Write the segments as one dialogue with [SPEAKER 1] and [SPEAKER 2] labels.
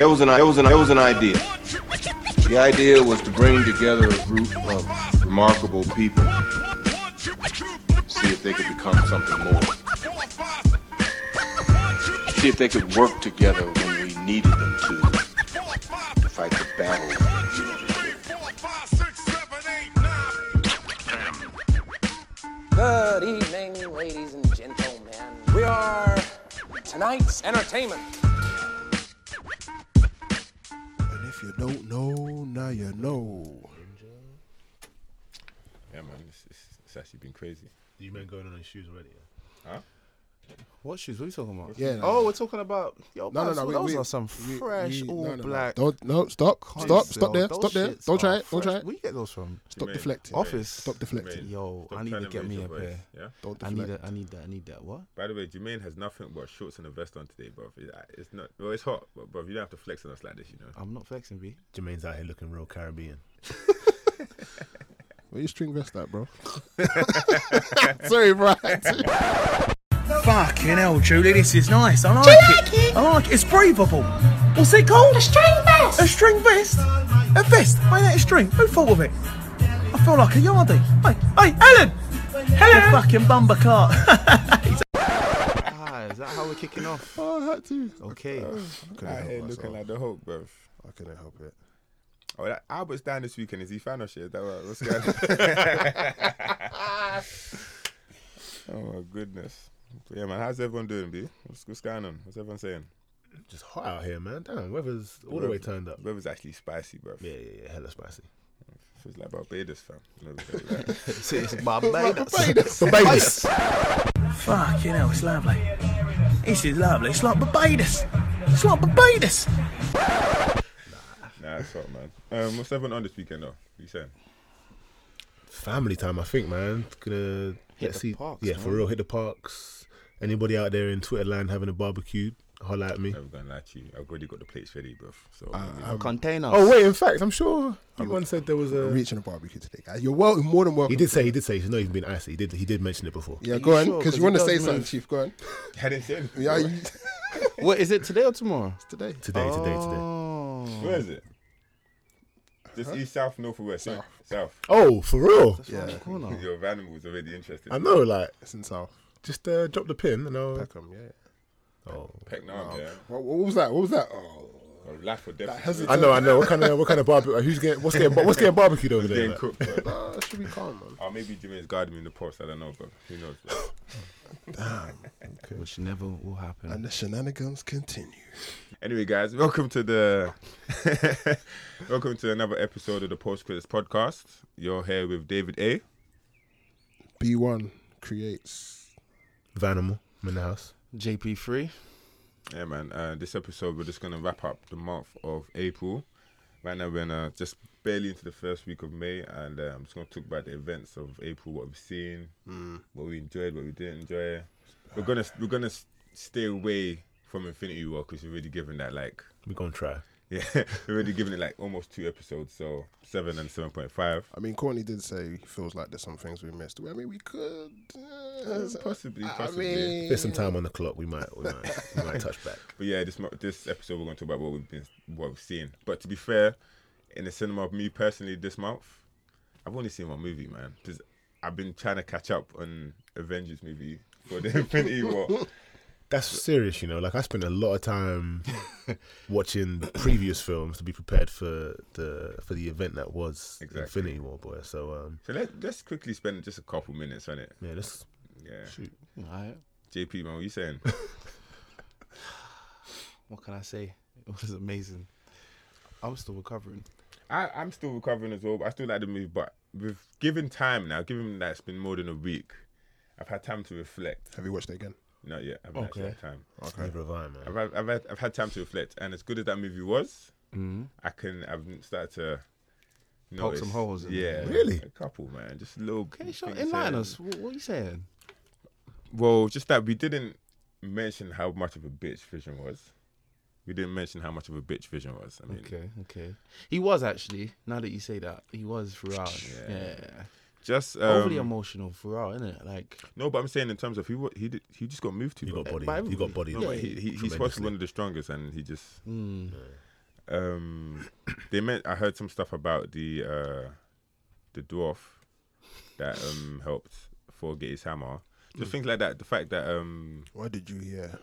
[SPEAKER 1] It was an it was an it was an idea. The idea was to bring together a group of remarkable people, see if they could become something more. See if they could work together when we needed them to, to fight the battle.
[SPEAKER 2] Good evening, ladies and gentlemen. We are tonight's entertainment.
[SPEAKER 3] And if you don't know, now you know.
[SPEAKER 4] Yeah, man, it's, it's, it's actually been crazy.
[SPEAKER 5] You men going on in shoes already? Yeah?
[SPEAKER 6] What shoes? What are you talking about?
[SPEAKER 3] Yeah, no.
[SPEAKER 6] Oh, we're talking about yo.
[SPEAKER 3] No, no, no.
[SPEAKER 6] Those,
[SPEAKER 3] we-
[SPEAKER 6] those
[SPEAKER 3] we-
[SPEAKER 6] are some
[SPEAKER 3] we-
[SPEAKER 6] fresh
[SPEAKER 3] we- no,
[SPEAKER 6] all
[SPEAKER 3] no, no.
[SPEAKER 6] black.
[SPEAKER 3] Don't no. Stop. Stop.
[SPEAKER 6] cunts,
[SPEAKER 3] Stop
[SPEAKER 6] yo.
[SPEAKER 3] there.
[SPEAKER 6] Those
[SPEAKER 3] Stop there.
[SPEAKER 6] shits
[SPEAKER 3] Don't try
[SPEAKER 6] are
[SPEAKER 3] it. Don't
[SPEAKER 6] fresh.
[SPEAKER 3] try it.
[SPEAKER 6] Where you get those from?
[SPEAKER 3] Stop
[SPEAKER 4] Jermaine,
[SPEAKER 3] deflecting.
[SPEAKER 4] Jermaine,
[SPEAKER 6] Office.
[SPEAKER 3] Stop deflecting.
[SPEAKER 4] Jermaine,
[SPEAKER 6] Yo,
[SPEAKER 4] stop
[SPEAKER 6] I need
[SPEAKER 4] trying
[SPEAKER 6] to get
[SPEAKER 4] raise
[SPEAKER 6] me
[SPEAKER 4] your
[SPEAKER 6] a
[SPEAKER 4] voice,
[SPEAKER 6] pair.
[SPEAKER 4] Yeah.
[SPEAKER 3] Don't
[SPEAKER 6] I need
[SPEAKER 3] deflect.
[SPEAKER 6] that. I need that. I need that. What?
[SPEAKER 4] By the way, Jermaine has nothing but shorts and a vest on today, bruv. It- It's not. Well, it's hot, but bruv, you don't have to flex on us like this, you know.
[SPEAKER 6] I'm not flexing, B.
[SPEAKER 5] Jermaine's out here looking real Caribbean.
[SPEAKER 3] Where you string vest at, bro? Sorry, bro.
[SPEAKER 7] Fucking hell, Julie, this is nice. I like, it. I like it. It's breathable. What's it called? A string vest. A string vest. A vest. Why that a string? Who thought of it? I feel like a yardie. Hey, hey, Alan. Hello. The fucking bumper cart.
[SPEAKER 6] Ah, is that how we're kicking off?
[SPEAKER 3] Oh, I had to.
[SPEAKER 6] Okay. I couldn't
[SPEAKER 4] Out
[SPEAKER 6] help
[SPEAKER 4] here
[SPEAKER 6] myself.
[SPEAKER 4] looking like the Hulk, bruv.
[SPEAKER 3] I couldn't help it.
[SPEAKER 4] Oh, that Albert's down this weekend. Is he fan or shit? Is that right? What's going on? oh my goodness. So, yeah, man. How's everyone doing, B? What's, what's going on? What's everyone saying?
[SPEAKER 5] Just hot out here, man. Damn, weather's all the way turned up.
[SPEAKER 4] The weather's actually spicy, bruv.
[SPEAKER 5] Yeah, yeah, yeah. Hella spicy.
[SPEAKER 4] Feels like Barbados, fam. You know, it's like that.
[SPEAKER 6] It's- it's Barbados.
[SPEAKER 3] Barbados.
[SPEAKER 7] Fucking hell, it's lovely. This is lovely. It's like Barbados. It's like Barbados.
[SPEAKER 4] nah, it's hot, man. Um, what's everyone on this weekend, though? What you saying?
[SPEAKER 5] Family time, I think, man. Gonna hit
[SPEAKER 6] the parks,
[SPEAKER 5] Yeah, for
[SPEAKER 6] man.
[SPEAKER 5] real. Hit the parks. Anybody out there in Twitter land having a barbecue? Holla at me.
[SPEAKER 4] Never gonna lie to you. I've already got the plates ready, bruv. So uh,
[SPEAKER 6] Container.
[SPEAKER 5] Oh wait, in fact, I'm sure you once said there was a.
[SPEAKER 3] I'm reaching a barbecue today, guys. You're well, more than welcome.
[SPEAKER 5] He did say he did say he's not even been icy. He did he did mention it before.
[SPEAKER 3] Yeah,
[SPEAKER 6] Are
[SPEAKER 3] go
[SPEAKER 6] you
[SPEAKER 3] on,
[SPEAKER 6] sure?
[SPEAKER 3] because
[SPEAKER 6] 'Cause
[SPEAKER 3] you
[SPEAKER 6] he
[SPEAKER 3] want to
[SPEAKER 6] does
[SPEAKER 3] say
[SPEAKER 6] move.
[SPEAKER 3] something, Chief. Go on.
[SPEAKER 4] I didn't say anything.
[SPEAKER 3] Yeah,
[SPEAKER 4] bro.
[SPEAKER 3] you,
[SPEAKER 6] What is it today or tomorrow?
[SPEAKER 3] today.
[SPEAKER 5] Today, today, today.
[SPEAKER 6] Oh.
[SPEAKER 4] Where is it? Just east, south, north, or west. South. south.
[SPEAKER 5] Oh, for real?
[SPEAKER 3] Yeah,
[SPEAKER 6] Corner.
[SPEAKER 4] Your van was already interested.
[SPEAKER 5] I know. Like,
[SPEAKER 3] it's in South.
[SPEAKER 5] just uh, drop the pin and I'll.
[SPEAKER 3] Peckham, yeah.
[SPEAKER 5] Oh.
[SPEAKER 4] Peck now, yeah.
[SPEAKER 3] What, what was that? What was that? Oh,
[SPEAKER 4] Or Laugh or death.
[SPEAKER 3] That has
[SPEAKER 5] I know, I know. What kind of what kind of barbecue? Who's getting what's getting what's getting barbecued over there?
[SPEAKER 4] Getting
[SPEAKER 5] Like?
[SPEAKER 4] cooked. bro.
[SPEAKER 3] uh, it should be calm, man.
[SPEAKER 4] Or maybe Jimmy's guarding me in the post. I don't know, but who knows? Bro.
[SPEAKER 6] Which never will happen.
[SPEAKER 3] And the shenanigans continue.
[SPEAKER 4] Anyway, guys, welcome to the welcome to another episode of the Post Credits Podcast. You're here with David A.
[SPEAKER 3] B1 creates.
[SPEAKER 5] Vanimal I'm in the house.
[SPEAKER 6] JP3.
[SPEAKER 4] Yeah, man. Uh, this episode, we're just gonna wrap up the month of April. Right now, we're in, uh, just barely into the first week of May, and uh, I'm just gonna talk about the events of April, what we've seen, what we enjoyed, what we didn't enjoy. We're gonna we're gonna s- stay away from Infinity War because we've already given that like
[SPEAKER 5] We're gonna try.
[SPEAKER 4] yeah, we've already given it like almost two episodes, so seven and seven point five.
[SPEAKER 3] I mean, Courtney did say he feels like there's some things we missed. I mean, we could. Uh,
[SPEAKER 4] Possibly,
[SPEAKER 3] I
[SPEAKER 4] possibly.
[SPEAKER 3] mean,
[SPEAKER 5] There's some time on the clock. We might we might we might touch back.
[SPEAKER 4] But yeah, this mo- this episode we're going to talk about what we've been what we've seen. But to be fair, in the cinema, me personally this month, I've only seen one movie, man, because I've been trying to catch up on Avengers movie for the Infinity War.
[SPEAKER 5] That's serious, you know. Like I spent a lot of time watching the previous films to be prepared for the for the event that was
[SPEAKER 4] Exactly.
[SPEAKER 5] Infinity War, boy. So um,
[SPEAKER 4] So let let's quickly spend just a couple minutes on it.
[SPEAKER 5] yeah, let's
[SPEAKER 4] Yeah,
[SPEAKER 5] shoot.
[SPEAKER 6] Alright.
[SPEAKER 4] JP, man, what you saying?
[SPEAKER 6] What can I say? It was amazing. I was still recovering.
[SPEAKER 4] I I'm still recovering as well. But I still like the movie, but with given time now, given that it's been more than a week, I've had time to reflect.
[SPEAKER 3] Have you watched it again?
[SPEAKER 4] Not yet. I haven't actually
[SPEAKER 5] Okay.
[SPEAKER 4] had time.
[SPEAKER 5] Never have I, man.
[SPEAKER 4] I've had, I've had I've had time to reflect, and as good as that movie was, I can I've started to notice-
[SPEAKER 6] Mm-hmm. some holes in
[SPEAKER 4] yeah,
[SPEAKER 6] there.
[SPEAKER 5] Really?
[SPEAKER 4] a couple, man, just little.
[SPEAKER 6] Hey, Sean,
[SPEAKER 4] things
[SPEAKER 6] enlighten
[SPEAKER 4] here.
[SPEAKER 6] us. What, what are you saying?
[SPEAKER 4] Well, just that we didn't mention how much of a bitch Vision was. We didn't mention how much of a bitch Vision was. I mean,
[SPEAKER 6] Okay, okay. He was actually. Now that you say that, he was throughout. Yeah.
[SPEAKER 4] just
[SPEAKER 6] Overly
[SPEAKER 4] um,
[SPEAKER 6] emotional throughout, isn't it? Like,
[SPEAKER 4] no, but I'm saying in terms of he wa- he did, he just got moved to.
[SPEAKER 5] You got
[SPEAKER 4] bro.
[SPEAKER 5] body.
[SPEAKER 6] By
[SPEAKER 5] You got body.
[SPEAKER 4] No, but he, he, he's supposed to be
[SPEAKER 5] tremendously.
[SPEAKER 4] one of the strongest, and he just um, they meant I heard some stuff about the uh, the dwarf that um helped Thor get his hammer. Just things like that. The fact that um,
[SPEAKER 3] What did you hear?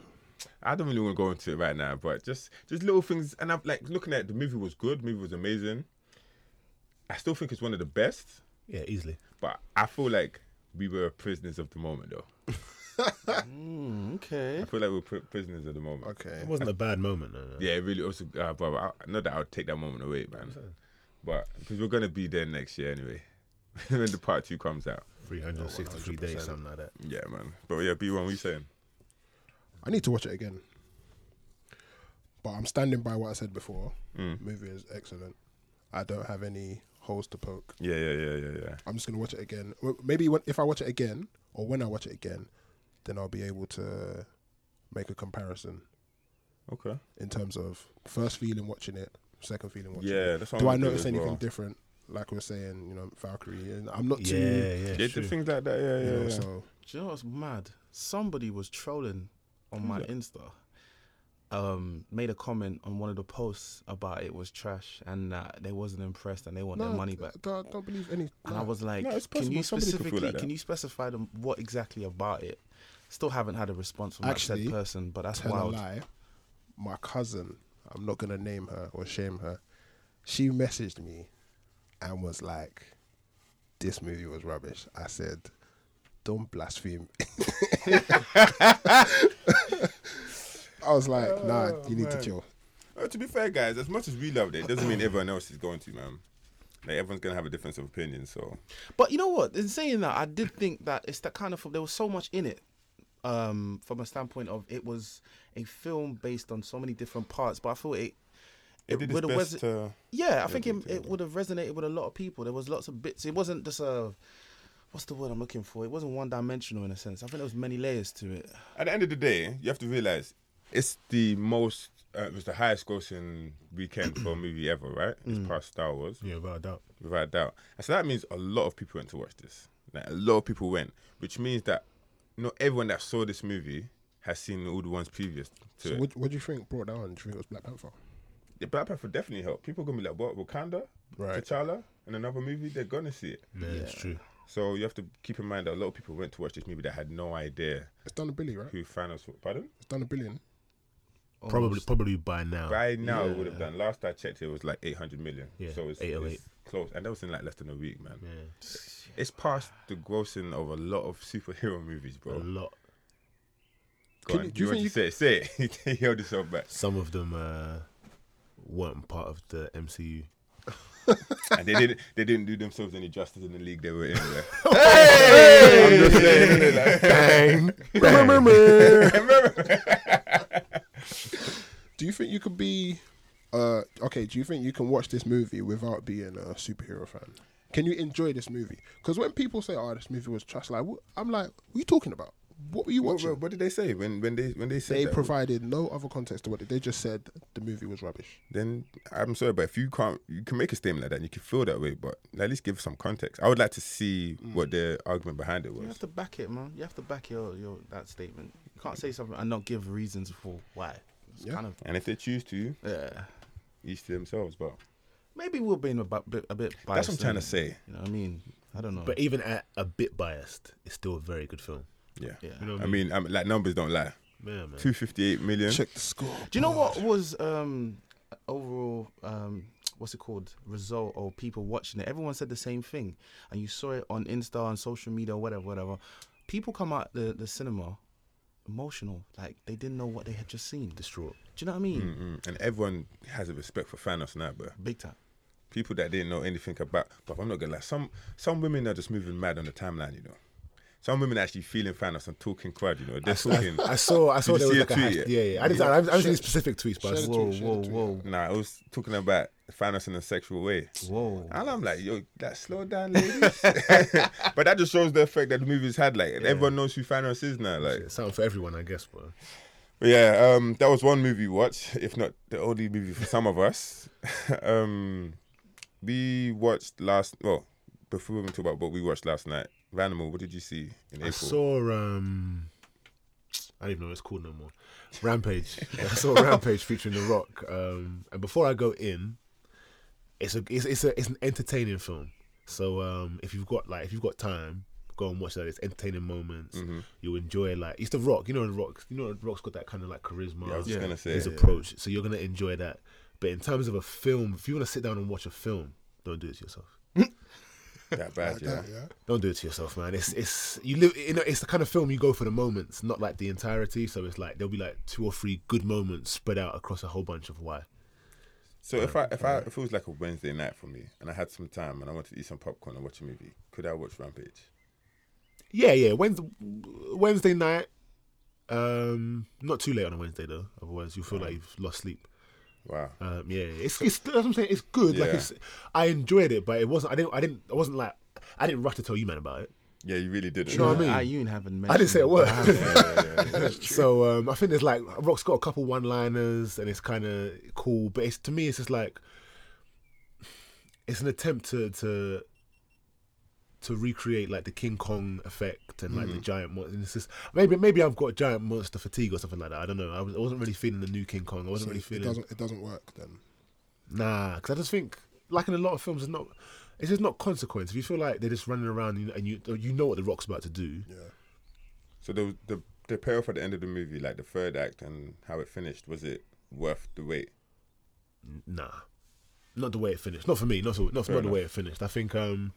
[SPEAKER 4] I don't really want to go into it right now, but just just little things. And I'm like looking at it, the movie was good. Movie was amazing. I still think it's one of the best,
[SPEAKER 5] Yeah, easily.
[SPEAKER 4] but I feel like we were prisoners of the moment though.
[SPEAKER 6] Okay.
[SPEAKER 4] I feel like we we're pri- prisoners of the moment.
[SPEAKER 3] Okay.
[SPEAKER 5] It wasn't a bad moment. No, no.
[SPEAKER 4] Yeah, it really also, uh, brother. I, not that I'll take that moment away, man. But because we're gonna be there next year anyway, when the part two comes out.
[SPEAKER 5] 363 days, something like that.
[SPEAKER 4] Yeah, man. But yeah, B one, what you saying?
[SPEAKER 3] I need to watch it again. But I'm standing by what I said before.
[SPEAKER 4] Mm.
[SPEAKER 3] Movie is excellent. I don't have any holes to poke.
[SPEAKER 4] Yeah, yeah, yeah, yeah, yeah.
[SPEAKER 3] I'm just gonna watch it again. Well, Maybe when, if I watch it again, or when I watch it again, then I'll be able to make a comparison
[SPEAKER 4] Okay.
[SPEAKER 3] in terms of first feeling watching it, second feeling watching
[SPEAKER 4] Yeah,
[SPEAKER 3] it.
[SPEAKER 4] that's what
[SPEAKER 3] Do
[SPEAKER 4] I'm
[SPEAKER 3] I
[SPEAKER 4] gonna do
[SPEAKER 3] notice
[SPEAKER 4] as
[SPEAKER 3] anything
[SPEAKER 4] well.
[SPEAKER 3] different? Like we we're saying, you know, Valkyrie. And I'm not too.
[SPEAKER 5] Yeah, yeah.
[SPEAKER 4] Yeah,
[SPEAKER 5] true.
[SPEAKER 4] the things like that. Yeah,
[SPEAKER 3] You
[SPEAKER 4] yeah,
[SPEAKER 3] know,
[SPEAKER 4] yeah.
[SPEAKER 3] So
[SPEAKER 6] Do you know what's mad? Somebody was trolling on my Insta. Um, made a comment on one of the posts about it was trash and that they wasn't impressed and they want their money back.
[SPEAKER 3] I don't believe any.
[SPEAKER 6] And
[SPEAKER 3] nah.
[SPEAKER 6] I was like,
[SPEAKER 4] no, it's
[SPEAKER 6] can you
[SPEAKER 4] possible somebody could feel
[SPEAKER 6] specifically
[SPEAKER 4] like that."
[SPEAKER 6] can you specify them what exactly about it? Still haven't had a response from that
[SPEAKER 3] Actually,
[SPEAKER 6] said person, but that's
[SPEAKER 3] tell
[SPEAKER 6] wild.
[SPEAKER 3] a lie. My cousin, I'm not gonna name her or shame her. She messaged me and was like, "This movie was rubbish." I said, "Don't blaspheme." I was like, "Nah, you need to chill."
[SPEAKER 4] Oh, to be fair, guys, as much as we loved it, it doesn't mean everyone else is going to, man. Like everyone's gonna have a difference of opinion. So
[SPEAKER 6] But you know what? In saying that, I did think that it's that kind of film. There was so much in it, um, from a standpoint of it was a film based on so many different parts. But I feel it.
[SPEAKER 4] it did its
[SPEAKER 6] would've
[SPEAKER 4] best
[SPEAKER 6] res-
[SPEAKER 4] to.
[SPEAKER 6] yeah, I think it, it would have resonated with a lot of people. There was lots of bits. It wasn't just a. What's the word I'm looking for? It wasn't one dimensional in a sense. I think there was many layers to it.
[SPEAKER 4] At the end of the day, you have to realize it's the most. Uh, it was the highest grossing weekend for a movie ever, right? It's
[SPEAKER 3] Mm.
[SPEAKER 4] past Star Wars.
[SPEAKER 5] Yeah, without a doubt.
[SPEAKER 4] without a doubt. And so that means a lot of people went to watch this. Like a lot of people went, which means that not everyone that saw this movie has seen all the ones previous to
[SPEAKER 3] So
[SPEAKER 4] it.
[SPEAKER 3] what, what do you think brought that on? Do you think it was Black Panther?
[SPEAKER 4] the Black Panther definitely helped. People gonna be like, "What? Wakanda?
[SPEAKER 3] Right.
[SPEAKER 4] T'Challa?" And another movie, they're gonna see it.
[SPEAKER 5] Yeah, it's true.
[SPEAKER 4] So you have to keep in mind that a lot of people went to watch this movie that had no idea
[SPEAKER 3] It's done a billion, right?
[SPEAKER 4] who Thanos. was. Pardon?
[SPEAKER 3] It's done a billion.
[SPEAKER 5] Probably, probably by now.
[SPEAKER 4] By now it would have done. Last I checked, it was like eight hundred million.
[SPEAKER 5] Yeah,
[SPEAKER 4] so it's,
[SPEAKER 5] 808.
[SPEAKER 4] it's close, and that was in like less than a week, man. It's past the grossing of a lot of superhero movies, bro.
[SPEAKER 5] A lot.
[SPEAKER 4] Go
[SPEAKER 3] Can
[SPEAKER 4] on,
[SPEAKER 3] you- do
[SPEAKER 4] you
[SPEAKER 3] you
[SPEAKER 4] want
[SPEAKER 3] think
[SPEAKER 4] to say it? Say it. you held yourself back.
[SPEAKER 5] Some of them uh, weren't part of the MCU.
[SPEAKER 4] And they didn't. They didn't do themselves any justice in the league they were in. man. hey! I'm just saying. innit, like-
[SPEAKER 3] Do you think you could be? Uh, okay. Do you think you can watch this movie without being a superhero fan? Can you enjoy this movie? Because when people say, "Oh, this movie was trash," like wh- I'm like, "What are you talking about? What were you
[SPEAKER 4] what,
[SPEAKER 3] watching?"
[SPEAKER 4] what- what did they say when when they when they said
[SPEAKER 3] they
[SPEAKER 4] that?
[SPEAKER 3] provided no other context to what they just said. The movie was rubbish.
[SPEAKER 4] Then I'm sorry, but if you can't, you can make a statement like that. and You can feel that way, but at least give some context. I would like to see what the argument behind it
[SPEAKER 6] You have
[SPEAKER 4] was.
[SPEAKER 6] to back it, man. You have to back your, your that statement. You can't say something and not give reasons for why. It's
[SPEAKER 3] Yeah.
[SPEAKER 6] kind of
[SPEAKER 4] And if they choose to,
[SPEAKER 6] yeah.
[SPEAKER 4] each to themselves. But
[SPEAKER 6] Maybe we're being a bu- bit a bit
[SPEAKER 4] that's
[SPEAKER 6] biased.
[SPEAKER 4] what I'm trying to
[SPEAKER 6] innit?
[SPEAKER 4] say.
[SPEAKER 6] You know what I mean? I don't know.
[SPEAKER 5] But even at a bit biased, it's still a very good film.
[SPEAKER 4] Yeah.
[SPEAKER 6] Yeah.
[SPEAKER 5] You know what
[SPEAKER 4] I mean, I'm, like numbers don't lie.
[SPEAKER 5] Yeah, man.
[SPEAKER 4] Two fifty eight million.
[SPEAKER 3] Check the score.
[SPEAKER 6] Do you know what was um overall um what's it called result or people watching it? Everyone said the same thing, and you saw it on Insta and social media, whatever, whatever. People come out the the cinema emotional, like they didn't know what they had just seen. Do
[SPEAKER 5] Distraught.
[SPEAKER 6] you know what I mean?
[SPEAKER 4] Mm, And everyone has a respect for Thanos now, bro.
[SPEAKER 6] Big time.
[SPEAKER 4] people that didn't know anything about. But I'm not gonna lie, some some women are just moving mad on the timeline, you know. Some women are actually feeling Thanos and talking crowd, you know. They're talking.
[SPEAKER 5] I saw. I saw
[SPEAKER 4] Did you
[SPEAKER 5] there was
[SPEAKER 4] see
[SPEAKER 5] like a
[SPEAKER 4] a tweet
[SPEAKER 5] hashtag.
[SPEAKER 4] yet?
[SPEAKER 5] Yeah, yeah. I didn't. I haven't seen specific tweets, but I
[SPEAKER 3] Share
[SPEAKER 5] saw-
[SPEAKER 3] the
[SPEAKER 6] Whoa,
[SPEAKER 3] tweet, share the
[SPEAKER 6] whoa,
[SPEAKER 3] tweet.
[SPEAKER 6] whoa,
[SPEAKER 4] Nah, I was talking about Thanos in a sexual way.
[SPEAKER 6] whoa.
[SPEAKER 4] And I'm like, yo, that slow down, ladies. but that just shows the effect that the movies had. Like, everyone knows who Thanos is now. Like,
[SPEAKER 5] it's something for everyone, I guess. But
[SPEAKER 4] But yeah, um, that was one movie we watched, if not the only movie for some of us. um, we watched last. Well, before we talk about what we watched last night, Ranimal, what did you see in
[SPEAKER 5] I
[SPEAKER 4] April?
[SPEAKER 5] saw. Um, I don't even know what it's called no more. Rampage. I saw Rampage featuring The Rock. Um, and before I go in, it's a it's it's, a, it's an entertaining film. So um, if you've got like if you've got time, go and watch that. It's entertaining moments.
[SPEAKER 4] Mm-hmm.
[SPEAKER 5] You'll enjoy like it's The Rock. You know The Rock. You know The Rock's got that kind of like charisma.
[SPEAKER 4] Yeah, I was just gonna say,
[SPEAKER 5] his
[SPEAKER 4] yeah.
[SPEAKER 5] approach. So you're gonna enjoy that. But in terms of a film, if you want to sit down and watch a film, don't do it to yourself.
[SPEAKER 4] That bad, yeah.
[SPEAKER 3] Yeah, yeah.
[SPEAKER 5] Don't do it to yourself, man. It's it's you live. You know, it's the kind of film you go for the moments, not like the entirety. So it's like there'll be like two or three good moments spread out across a whole bunch of why.
[SPEAKER 4] So if I if I if it was like a Wednesday night for me and I had some time and I wanted to eat some popcorn and watch a movie, could I watch Rampage?
[SPEAKER 5] Yeah, yeah. Wednesday, Wednesday night. Um, not too late on a Wednesday though. Otherwise, you'll feel like you've lost sleep.
[SPEAKER 4] Wow.
[SPEAKER 5] Um, yeah, it's, it's that's what I'm saying. It's good. Like
[SPEAKER 4] Yeah.
[SPEAKER 5] it's, I enjoyed it, but it wasn't. I didn't. I didn't. I wasn't like. I didn't rush to tell you, man, about it.
[SPEAKER 4] Yeah, you really did. it.
[SPEAKER 5] You know what I mean?
[SPEAKER 6] I, you ain't haven't
[SPEAKER 5] I didn't say a
[SPEAKER 6] mentioned
[SPEAKER 5] word.
[SPEAKER 3] Ah,
[SPEAKER 5] so um, I think there's like Rock's got a couple one-liners and it's kind of cool, but it's to me it's just like it's an attempt to to to recreate like the King Kong effect and like
[SPEAKER 3] Mm.
[SPEAKER 5] the giant monster. And it's just maybe maybe I've got giant monster fatigue or something like that. I don't know. I, was, I wasn't really feeling the new King Kong. I wasn't really
[SPEAKER 3] It
[SPEAKER 5] feeling
[SPEAKER 3] doesn't. It doesn't work then.
[SPEAKER 5] Nah, because I just think, like in a lot of films, it's not. It's just not consequence. If you feel like they're just running around and you, and you you know what the rock's about to do,
[SPEAKER 3] Yeah.
[SPEAKER 4] So the the the payoff at the end of the movie, like the third act and how it finished, was it worth the wait?
[SPEAKER 5] nah, not the way it finished. Not for me. Not so, not, not the way it finished. I think um,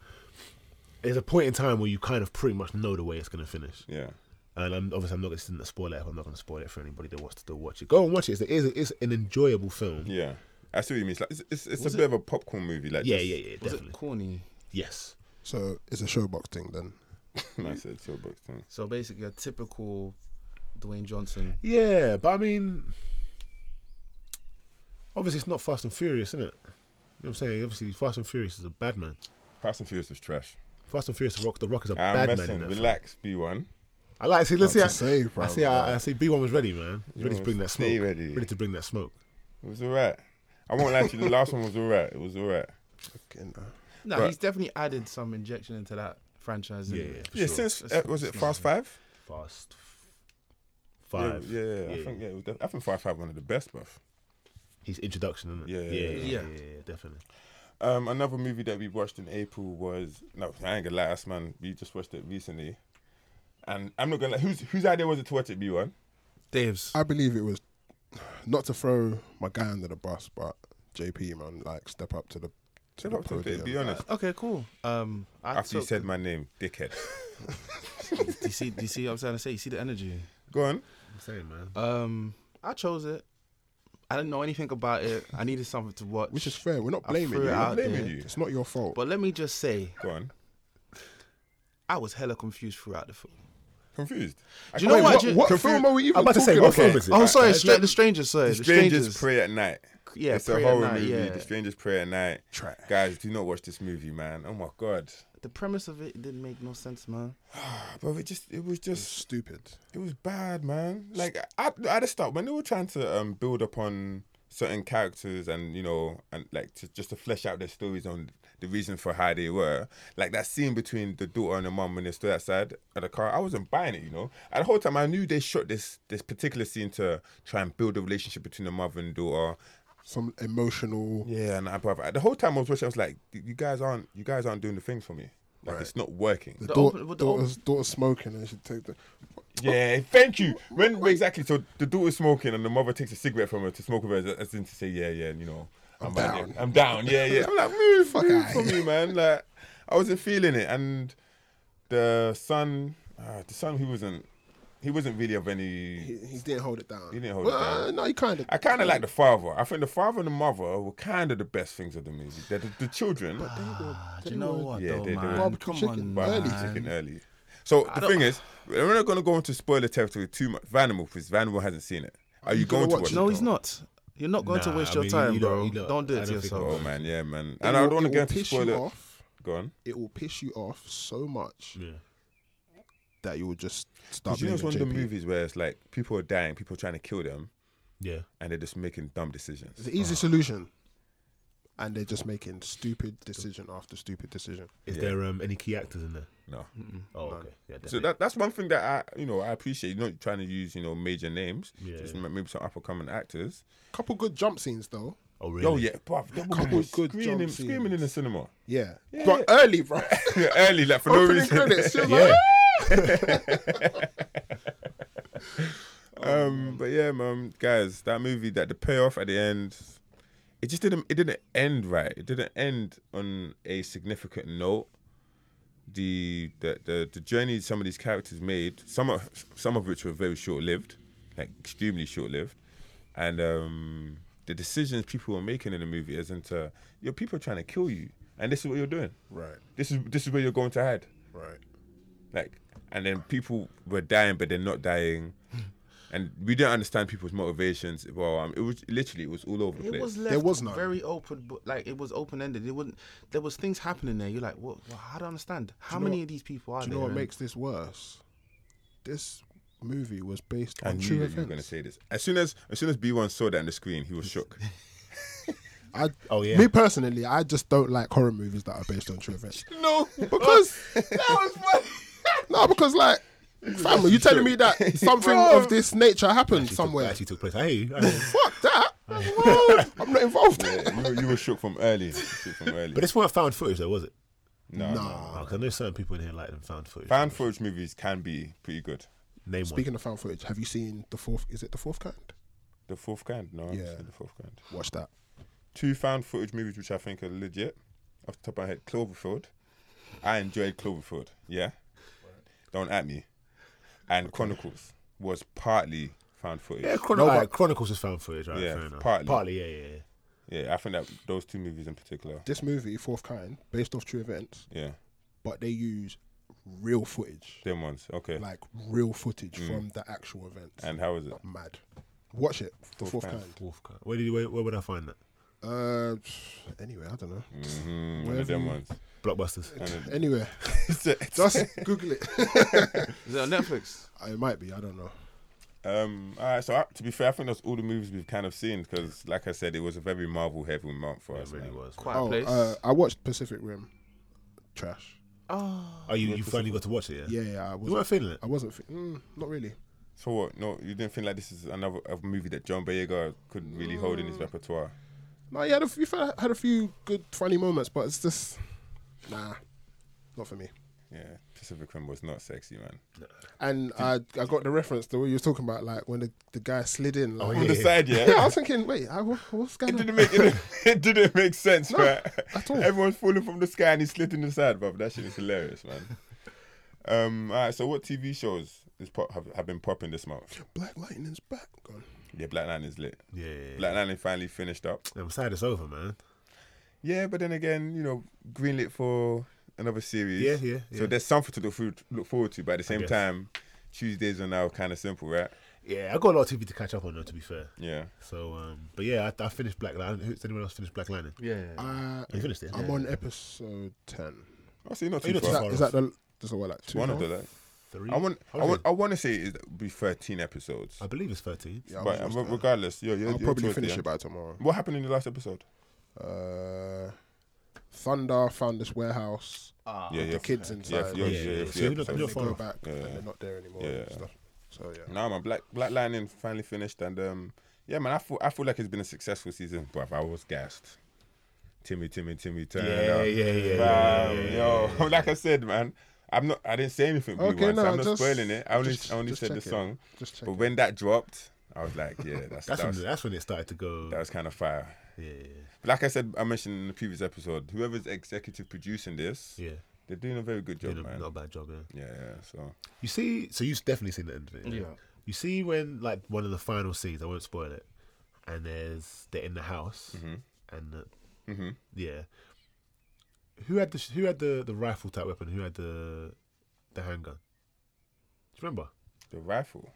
[SPEAKER 5] there's a point in time where you kind of pretty much know the way it's gonna finish.
[SPEAKER 4] Yeah.
[SPEAKER 5] And I'm, obviously, I'm not going to spoil it. I'm not going to spoil it for anybody that wants to still watch it. Go and watch it. It's, it's, it's an enjoyable film.
[SPEAKER 4] Yeah. I see what you mean. It's like it's it's, it's a bit of a popcorn movie. Like
[SPEAKER 5] Yeah,
[SPEAKER 4] just-
[SPEAKER 5] yeah, yeah,
[SPEAKER 6] Was
[SPEAKER 5] definitely.
[SPEAKER 6] it corny?
[SPEAKER 5] Yes.
[SPEAKER 3] So it's a showbox thing then.
[SPEAKER 4] nice said so books. yeah.
[SPEAKER 6] So basically, a typical Dwayne Johnson.
[SPEAKER 5] Yeah, but I mean, obviously, it's not Fast and Furious, isn't it? You know what I'm saying? Obviously, Fast and Furious is a bad man.
[SPEAKER 4] Fast and Furious was trash.
[SPEAKER 5] Fast and Furious, The Rock, The Rock is a
[SPEAKER 4] I'm
[SPEAKER 5] bad man.
[SPEAKER 4] messing.
[SPEAKER 5] in that film.
[SPEAKER 4] Relax, B one.
[SPEAKER 5] I like. See, let's see.
[SPEAKER 3] Not
[SPEAKER 5] I,
[SPEAKER 3] to say,
[SPEAKER 5] I
[SPEAKER 3] bro,
[SPEAKER 5] see. I, I see. B one was ready, man. He's ready to bring that smoke.
[SPEAKER 4] stay ready.
[SPEAKER 5] to bring that smoke.
[SPEAKER 4] It was alright. I won't lie to you. The last one was alright. It was alright.
[SPEAKER 3] Fucking, uh,
[SPEAKER 6] No,
[SPEAKER 4] Right.
[SPEAKER 6] he's definitely added some injection into that franchise.
[SPEAKER 5] Yeah,
[SPEAKER 6] anyway.
[SPEAKER 5] yeah. For
[SPEAKER 4] Yeah.
[SPEAKER 5] sure.
[SPEAKER 4] Since uh, was it Fast Five?
[SPEAKER 5] Fast Five.
[SPEAKER 4] Yeah, yeah, yeah. I think yeah. It was def- I think Fast Five one of the best, bruv.
[SPEAKER 5] His introduction, isn't it?
[SPEAKER 4] Yeah, yeah,
[SPEAKER 5] yeah, yeah,
[SPEAKER 6] yeah.
[SPEAKER 5] yeah, yeah, definitely.
[SPEAKER 4] Um, another movie that we watched in April was no, I ain't gonna lie, us man. We just watched it recently, and I'm not gonna lie. Whose whose idea was it to watch it? B one.
[SPEAKER 6] Dave's.
[SPEAKER 3] I believe it was not to throw my guy under the bus, but JP man, like step up to the to the podium.
[SPEAKER 4] Be honest.
[SPEAKER 6] Okay, cool. Um, I
[SPEAKER 4] After you
[SPEAKER 6] took-
[SPEAKER 4] said my name, dickhead.
[SPEAKER 6] do you see, do you see what I'm trying to say? You see the energy.
[SPEAKER 4] Go on.
[SPEAKER 5] I'm saying, man.
[SPEAKER 6] Um, I chose it. I didn't know anything about it. I needed something to watch.
[SPEAKER 3] Which is fair. We're not
[SPEAKER 6] I
[SPEAKER 3] blaming
[SPEAKER 6] threw
[SPEAKER 3] you.
[SPEAKER 6] it
[SPEAKER 3] We're not
[SPEAKER 6] out
[SPEAKER 4] blaming
[SPEAKER 6] there.
[SPEAKER 4] you.
[SPEAKER 3] It's not your fault.
[SPEAKER 6] But let me just say,
[SPEAKER 4] Go on.
[SPEAKER 6] I was hella confused throughout the film.
[SPEAKER 4] Confused. I
[SPEAKER 6] Do you
[SPEAKER 4] can't-
[SPEAKER 6] know what?
[SPEAKER 3] what,
[SPEAKER 6] Do you-
[SPEAKER 3] what
[SPEAKER 4] Confu-
[SPEAKER 3] film are we even
[SPEAKER 5] I'm about to
[SPEAKER 3] talking
[SPEAKER 5] say, what
[SPEAKER 3] about?
[SPEAKER 5] film is it?
[SPEAKER 6] Oh,
[SPEAKER 5] I-
[SPEAKER 6] sorry,
[SPEAKER 5] I-
[SPEAKER 6] stra- the strangers. Sorry,
[SPEAKER 4] The
[SPEAKER 6] the
[SPEAKER 4] strangers,
[SPEAKER 6] strangers.
[SPEAKER 4] pray at night.
[SPEAKER 6] Yeah,
[SPEAKER 4] it's a
[SPEAKER 6] Pray at
[SPEAKER 4] horror
[SPEAKER 6] Night,
[SPEAKER 4] movie.
[SPEAKER 6] yeah.
[SPEAKER 4] The strangers pray at night.
[SPEAKER 3] Trash.
[SPEAKER 4] Guys, do not watch this movie, man. Oh my god,
[SPEAKER 6] The premise of it didn't make no sense, man.
[SPEAKER 4] bro. It just, it was just
[SPEAKER 3] Stupid.
[SPEAKER 4] It was bad, man. Like I, I just start when they were trying to um build upon certain characters and you know and like to, just to flesh out their stories on the reason for how they were. Like that scene between the daughter and the mum when they stood outside at the car. I wasn't buying it, you know. And the whole time I knew they shot this this particular scene to try and build a relationship between the mother and daughter.
[SPEAKER 3] Some emotional.
[SPEAKER 4] Yeah, and I, brother, the whole time I was watching, I was like, you guys aren't you guys aren't doing the things for me. Like it's not working.
[SPEAKER 3] The,
[SPEAKER 6] The
[SPEAKER 3] daugh-
[SPEAKER 6] open- with the
[SPEAKER 3] daughter's, daughter's smoking and she take the.
[SPEAKER 4] Yeah, thank you. When exactly? So the daughter's smoking, and the mother takes a cigarette from her to smoke with her, as, as in to say, yeah, yeah, you know, I'm,
[SPEAKER 3] down.
[SPEAKER 4] I'm down. Yeah, yeah. I'm like, move,
[SPEAKER 3] Fuck
[SPEAKER 4] move
[SPEAKER 3] outta
[SPEAKER 4] from me, man. Like, I wasn't feeling it, and the son, uh, the son, he wasn't, he wasn't really of any.
[SPEAKER 3] He, he didn't hold it down.
[SPEAKER 4] He didn't hold it
[SPEAKER 3] Well, uh,
[SPEAKER 4] down.
[SPEAKER 3] No, he kind of.
[SPEAKER 4] I kind of like the father. I think the father and the mother were kind of the best things of the movie. The, the, the children,
[SPEAKER 6] Ah, do you know what,
[SPEAKER 4] Yeah,
[SPEAKER 6] though,
[SPEAKER 4] they- they
[SPEAKER 6] man?
[SPEAKER 4] were-
[SPEAKER 6] Come
[SPEAKER 3] Chicken
[SPEAKER 6] on,
[SPEAKER 4] But
[SPEAKER 3] early.
[SPEAKER 4] I'm
[SPEAKER 6] man.
[SPEAKER 4] taking early. So the thing is, we're not gonna go into spoiler territory too much. Vanimal, because Vanimal hasn't seen it. Are you,
[SPEAKER 3] gonna
[SPEAKER 4] going to
[SPEAKER 3] watch
[SPEAKER 4] watch
[SPEAKER 3] it?
[SPEAKER 4] it?
[SPEAKER 6] No, he's not. You're not going
[SPEAKER 5] Nah,
[SPEAKER 6] to waste
[SPEAKER 5] I
[SPEAKER 6] your
[SPEAKER 5] mean, you-
[SPEAKER 6] time,
[SPEAKER 5] you
[SPEAKER 6] bro.
[SPEAKER 5] don't- you
[SPEAKER 6] Don't,
[SPEAKER 5] don't-
[SPEAKER 6] do
[SPEAKER 5] I
[SPEAKER 6] it to
[SPEAKER 5] don't think-
[SPEAKER 6] yourself.
[SPEAKER 4] Oh man, yeah, man.
[SPEAKER 3] It
[SPEAKER 4] And I
[SPEAKER 3] will-
[SPEAKER 4] don't want to
[SPEAKER 3] it
[SPEAKER 4] get
[SPEAKER 3] will
[SPEAKER 4] into
[SPEAKER 3] piss you
[SPEAKER 4] spoiler.
[SPEAKER 3] off.
[SPEAKER 4] Go on.
[SPEAKER 3] It will piss you off so much
[SPEAKER 5] Yeah.
[SPEAKER 3] that you will just start.
[SPEAKER 4] Because you know, it's one
[SPEAKER 3] blaming
[SPEAKER 4] of the
[SPEAKER 3] JP.
[SPEAKER 4] movies where it's like people are dying, people are trying to kill them,
[SPEAKER 5] Yeah.
[SPEAKER 4] Ah. and they're just making dumb decisions.
[SPEAKER 3] The easy solution. and they're just making stupid decision after stupid decision.
[SPEAKER 5] Is there um, any key actors in there?
[SPEAKER 4] No.
[SPEAKER 5] Oh, okay. Yeah,
[SPEAKER 4] So
[SPEAKER 5] definitely.
[SPEAKER 4] that that's one thing that I you know I appreciate. You're not trying to use you know major names,
[SPEAKER 5] Yeah.
[SPEAKER 4] just ma- maybe some up and coming actors.
[SPEAKER 3] Couple good jump scenes though.
[SPEAKER 5] oh, really?
[SPEAKER 4] Oh yeah, bruv, they were
[SPEAKER 3] Couple
[SPEAKER 4] good
[SPEAKER 3] of good
[SPEAKER 4] screaming,
[SPEAKER 3] jump
[SPEAKER 4] screaming in the cinema
[SPEAKER 3] Yeah, but early, bro.
[SPEAKER 4] early, like for no
[SPEAKER 3] Opening
[SPEAKER 4] reason.
[SPEAKER 3] credits. She was like,
[SPEAKER 5] Yeah.
[SPEAKER 4] Um, but yeah, man, guys, that movie, that the payoff at the end, it just didn't, it didn't end right. It didn't end on a significant note. The the the, the journey some of these characters made, some of some of which were very short lived, like extremely short lived, and um, the decisions people were making in the movie isn't, uh, your people are trying to kill you, and this is what you're doing.
[SPEAKER 3] Right.
[SPEAKER 4] This is this is where you're going to hide
[SPEAKER 3] Right.
[SPEAKER 4] like and then people were dying but they're not dying and we didn't understand people's motivations well um, it was literally it was all over the
[SPEAKER 6] It
[SPEAKER 4] place
[SPEAKER 6] was left
[SPEAKER 3] was none.
[SPEAKER 6] very open, but like it was open ended. It wouldn't. There was things happening there. You're like, what? Well, how do I understand? How
[SPEAKER 3] know
[SPEAKER 6] many
[SPEAKER 3] what-
[SPEAKER 6] of these people are
[SPEAKER 3] Do you
[SPEAKER 6] there?
[SPEAKER 3] know what
[SPEAKER 6] and-
[SPEAKER 3] makes this worse? This movie was based
[SPEAKER 4] I
[SPEAKER 3] on
[SPEAKER 4] knew
[SPEAKER 3] true
[SPEAKER 4] that you were
[SPEAKER 3] events.
[SPEAKER 4] going to say this. As soon as as soon as B1 saw that on the screen, he was shook.
[SPEAKER 3] I,
[SPEAKER 5] Oh, yeah.
[SPEAKER 3] Me personally, I just don't like horror movies that are based on true events.
[SPEAKER 4] no,
[SPEAKER 3] Because
[SPEAKER 4] that was funny.
[SPEAKER 3] no, because like, fam, are you telling me that something
[SPEAKER 4] Bro.
[SPEAKER 3] of this nature happened
[SPEAKER 5] Took-
[SPEAKER 3] somewhere?
[SPEAKER 5] actually took place. I hear you. I hear you.
[SPEAKER 3] Fuck that! Well, I'm not involved.
[SPEAKER 4] Uh, you, were- you were shook from early. You were Shook from early.
[SPEAKER 5] but this weren't found footage, though, was it?
[SPEAKER 4] no, no.
[SPEAKER 5] Oh, 'cause I know certain people in here like them found footage.
[SPEAKER 4] Ah. Found footage movies can be pretty good.
[SPEAKER 5] Name
[SPEAKER 3] Speaking of found footage, have you seen the fourth? Is it the fourth kind?
[SPEAKER 4] The fourth kind, no, I've
[SPEAKER 3] Yeah.
[SPEAKER 4] seen the fourth kind.
[SPEAKER 3] Watch that.
[SPEAKER 4] Two found footage movies which I think are legit. Off the top of my head, Cloverfield. I enjoyed Cloverfield. Yeah, don't at me. And Chronicles was partly found footage.
[SPEAKER 5] one. Yeah,
[SPEAKER 4] Yeah,
[SPEAKER 5] Chron-
[SPEAKER 3] No,
[SPEAKER 5] alright,
[SPEAKER 3] but-
[SPEAKER 5] Chronicles is found footage, right?
[SPEAKER 4] Yeah,
[SPEAKER 5] fair enough.
[SPEAKER 4] partly.
[SPEAKER 5] Partly, yeah, yeah, yeah.
[SPEAKER 4] I think that those two movies in particular.
[SPEAKER 3] This movie, Fourth Kind, based off true events,
[SPEAKER 4] Yeah,
[SPEAKER 3] but they use real footage,
[SPEAKER 4] them ones. Okay.
[SPEAKER 3] like real footage from the actual events.
[SPEAKER 4] and how was it?
[SPEAKER 3] Mad. Watch it. The Fourth
[SPEAKER 4] Kind.
[SPEAKER 3] Kind.
[SPEAKER 5] Wolfgang. Where, did you, where, where would I find that?
[SPEAKER 3] Uh, anyway, I don't know.
[SPEAKER 4] Mm, one of them ones.
[SPEAKER 5] Blockbusters.
[SPEAKER 3] Anyway, just Google it.
[SPEAKER 6] Is it on Netflix?
[SPEAKER 3] it might be. I don't know.
[SPEAKER 4] Um, all right, so I, to be fair, I think that's all the movies we've kind of seen because, like I said, it was a very Marvel heavy month for
[SPEAKER 5] It
[SPEAKER 4] us.
[SPEAKER 5] really
[SPEAKER 4] man.
[SPEAKER 5] was.
[SPEAKER 6] Quiet
[SPEAKER 3] Oh,
[SPEAKER 6] place.
[SPEAKER 3] uh, I watched Pacific Rim. Trash.
[SPEAKER 5] Oh, you, you finally got to watch it, yeah?
[SPEAKER 3] Yeah, yeah. I wasn't.
[SPEAKER 5] You weren't feeling it?
[SPEAKER 3] I wasn't. Fe- mm, not really.
[SPEAKER 4] So what? No, you didn't feel like this is another a movie that John Boyega couldn't really hold
[SPEAKER 5] Mm.
[SPEAKER 4] in his repertoire.
[SPEAKER 3] No, he had a few, had a few good, funny moments, but it's just nah, not for me.
[SPEAKER 4] Yeah, Pacific Rim was not sexy, man.
[SPEAKER 3] And I, I got the reference to what you was talking about, like when the, the guy slid in.
[SPEAKER 5] Oh,
[SPEAKER 3] Like,
[SPEAKER 4] On the side, Oh, yeah.
[SPEAKER 3] yeah, I was thinking, wait, I, what, what's
[SPEAKER 4] It
[SPEAKER 3] going
[SPEAKER 4] didn't
[SPEAKER 3] on?
[SPEAKER 4] make it, it didn't make sense, right?
[SPEAKER 3] at all.
[SPEAKER 4] Everyone's falling from the sky and he's slitting the side, bruv. That shit is hilarious, man. Um, all right. So, what TV shows is pop, have, have been popping this month?
[SPEAKER 3] Black Lightning's back. Gone.
[SPEAKER 4] Yeah, Black Lightning is lit.
[SPEAKER 5] Yeah, yeah, yeah.
[SPEAKER 4] Black Lightning finally finished up.
[SPEAKER 5] I'm sad it's over, man.
[SPEAKER 4] Yeah, but then again, you know, greenlit for another series.
[SPEAKER 5] Yeah, yeah,
[SPEAKER 4] So
[SPEAKER 5] yeah.
[SPEAKER 4] there's something to look forward, look forward to. But at the same
[SPEAKER 5] guess.
[SPEAKER 4] time, Tuesdays are now kind of simple, right?
[SPEAKER 5] Yeah, I got a lot of TV to catch up on, though, to be fair.
[SPEAKER 4] Yeah.
[SPEAKER 5] So, um, but yeah, I, I finished Black Lion. Who- Did anyone else finish Black Lion?
[SPEAKER 6] yeah.
[SPEAKER 3] Uh,
[SPEAKER 5] You finished it?
[SPEAKER 3] I'm on episode ten.
[SPEAKER 4] Oh, so you're not
[SPEAKER 5] You're
[SPEAKER 4] too
[SPEAKER 5] not too
[SPEAKER 3] Is
[SPEAKER 4] far.
[SPEAKER 3] that,
[SPEAKER 5] far
[SPEAKER 3] is
[SPEAKER 5] off.
[SPEAKER 3] that the? There's a what like two.
[SPEAKER 4] One of
[SPEAKER 3] now?
[SPEAKER 4] the. Like,
[SPEAKER 5] Three.
[SPEAKER 4] I want.
[SPEAKER 5] How
[SPEAKER 4] I
[SPEAKER 5] was
[SPEAKER 4] want.
[SPEAKER 5] it?
[SPEAKER 4] I want to say it would be 13 episodes.
[SPEAKER 5] I believe it's 13.
[SPEAKER 3] Yeah, I'll
[SPEAKER 4] but
[SPEAKER 3] watch
[SPEAKER 4] uh,
[SPEAKER 3] that.
[SPEAKER 4] regardless, you're, you're,
[SPEAKER 3] I'll
[SPEAKER 4] you're
[SPEAKER 3] probably
[SPEAKER 4] towards the
[SPEAKER 3] finish
[SPEAKER 4] end.
[SPEAKER 3] it by tomorrow.
[SPEAKER 4] What happened in the last episode?
[SPEAKER 3] Uh, Thunder found this warehouse.
[SPEAKER 4] Ah, yeah, yeah.
[SPEAKER 3] Ah, the kids
[SPEAKER 4] Yeah,
[SPEAKER 3] inside.
[SPEAKER 4] yeah, yeah.
[SPEAKER 5] Yeah, yeah,
[SPEAKER 4] yeah,
[SPEAKER 5] yeah. So
[SPEAKER 4] yeah,
[SPEAKER 5] you're not-
[SPEAKER 4] yeah.
[SPEAKER 5] you're
[SPEAKER 3] They
[SPEAKER 5] far
[SPEAKER 3] go
[SPEAKER 5] off.
[SPEAKER 3] back
[SPEAKER 4] Yeah.
[SPEAKER 3] and they're not there anymore. and
[SPEAKER 4] Yeah.
[SPEAKER 3] stuff. So yeah.
[SPEAKER 4] Nah, man, Black Black Lightning finally finished, and um, yeah, man, I feel I feel like it's been a successful season, but I was gassed. Timmy, Timmy, Timmy, turn
[SPEAKER 5] Yeah,
[SPEAKER 4] up.
[SPEAKER 5] yeah, yeah, yeah,
[SPEAKER 4] Bam, yo, like I said, man, I'm not, I didn't say anything. Blue
[SPEAKER 3] Okay,
[SPEAKER 4] One, so
[SPEAKER 3] no,
[SPEAKER 4] I'm not
[SPEAKER 3] just-
[SPEAKER 4] spoiling it. I only,
[SPEAKER 3] just-
[SPEAKER 4] I only
[SPEAKER 3] just
[SPEAKER 4] said the
[SPEAKER 3] check it.
[SPEAKER 4] song.
[SPEAKER 3] Just check
[SPEAKER 4] but
[SPEAKER 3] it.
[SPEAKER 4] when that dropped, I was like, yeah, that's
[SPEAKER 5] That's,
[SPEAKER 4] that
[SPEAKER 5] when,
[SPEAKER 4] was,
[SPEAKER 5] that's when it started to go.
[SPEAKER 4] that was kind of fire.
[SPEAKER 5] yeah,
[SPEAKER 4] Like I said, I mentioned in the previous episode, whoever's executive producing this,
[SPEAKER 5] yeah.
[SPEAKER 4] they're doing a very good job,
[SPEAKER 5] Did a-
[SPEAKER 4] man.
[SPEAKER 5] not a bad job, yeah.
[SPEAKER 4] Yeah, yeah. So
[SPEAKER 5] You see, so you've definitely seen the end of it.
[SPEAKER 6] Yeah.
[SPEAKER 5] You see when like one of the final scenes, I won't spoil it, and there's they're in the house, and the, yeah, who had the sh- who had the the rifle type weapon? Who had the the handgun? Do you remember?
[SPEAKER 4] the rifle.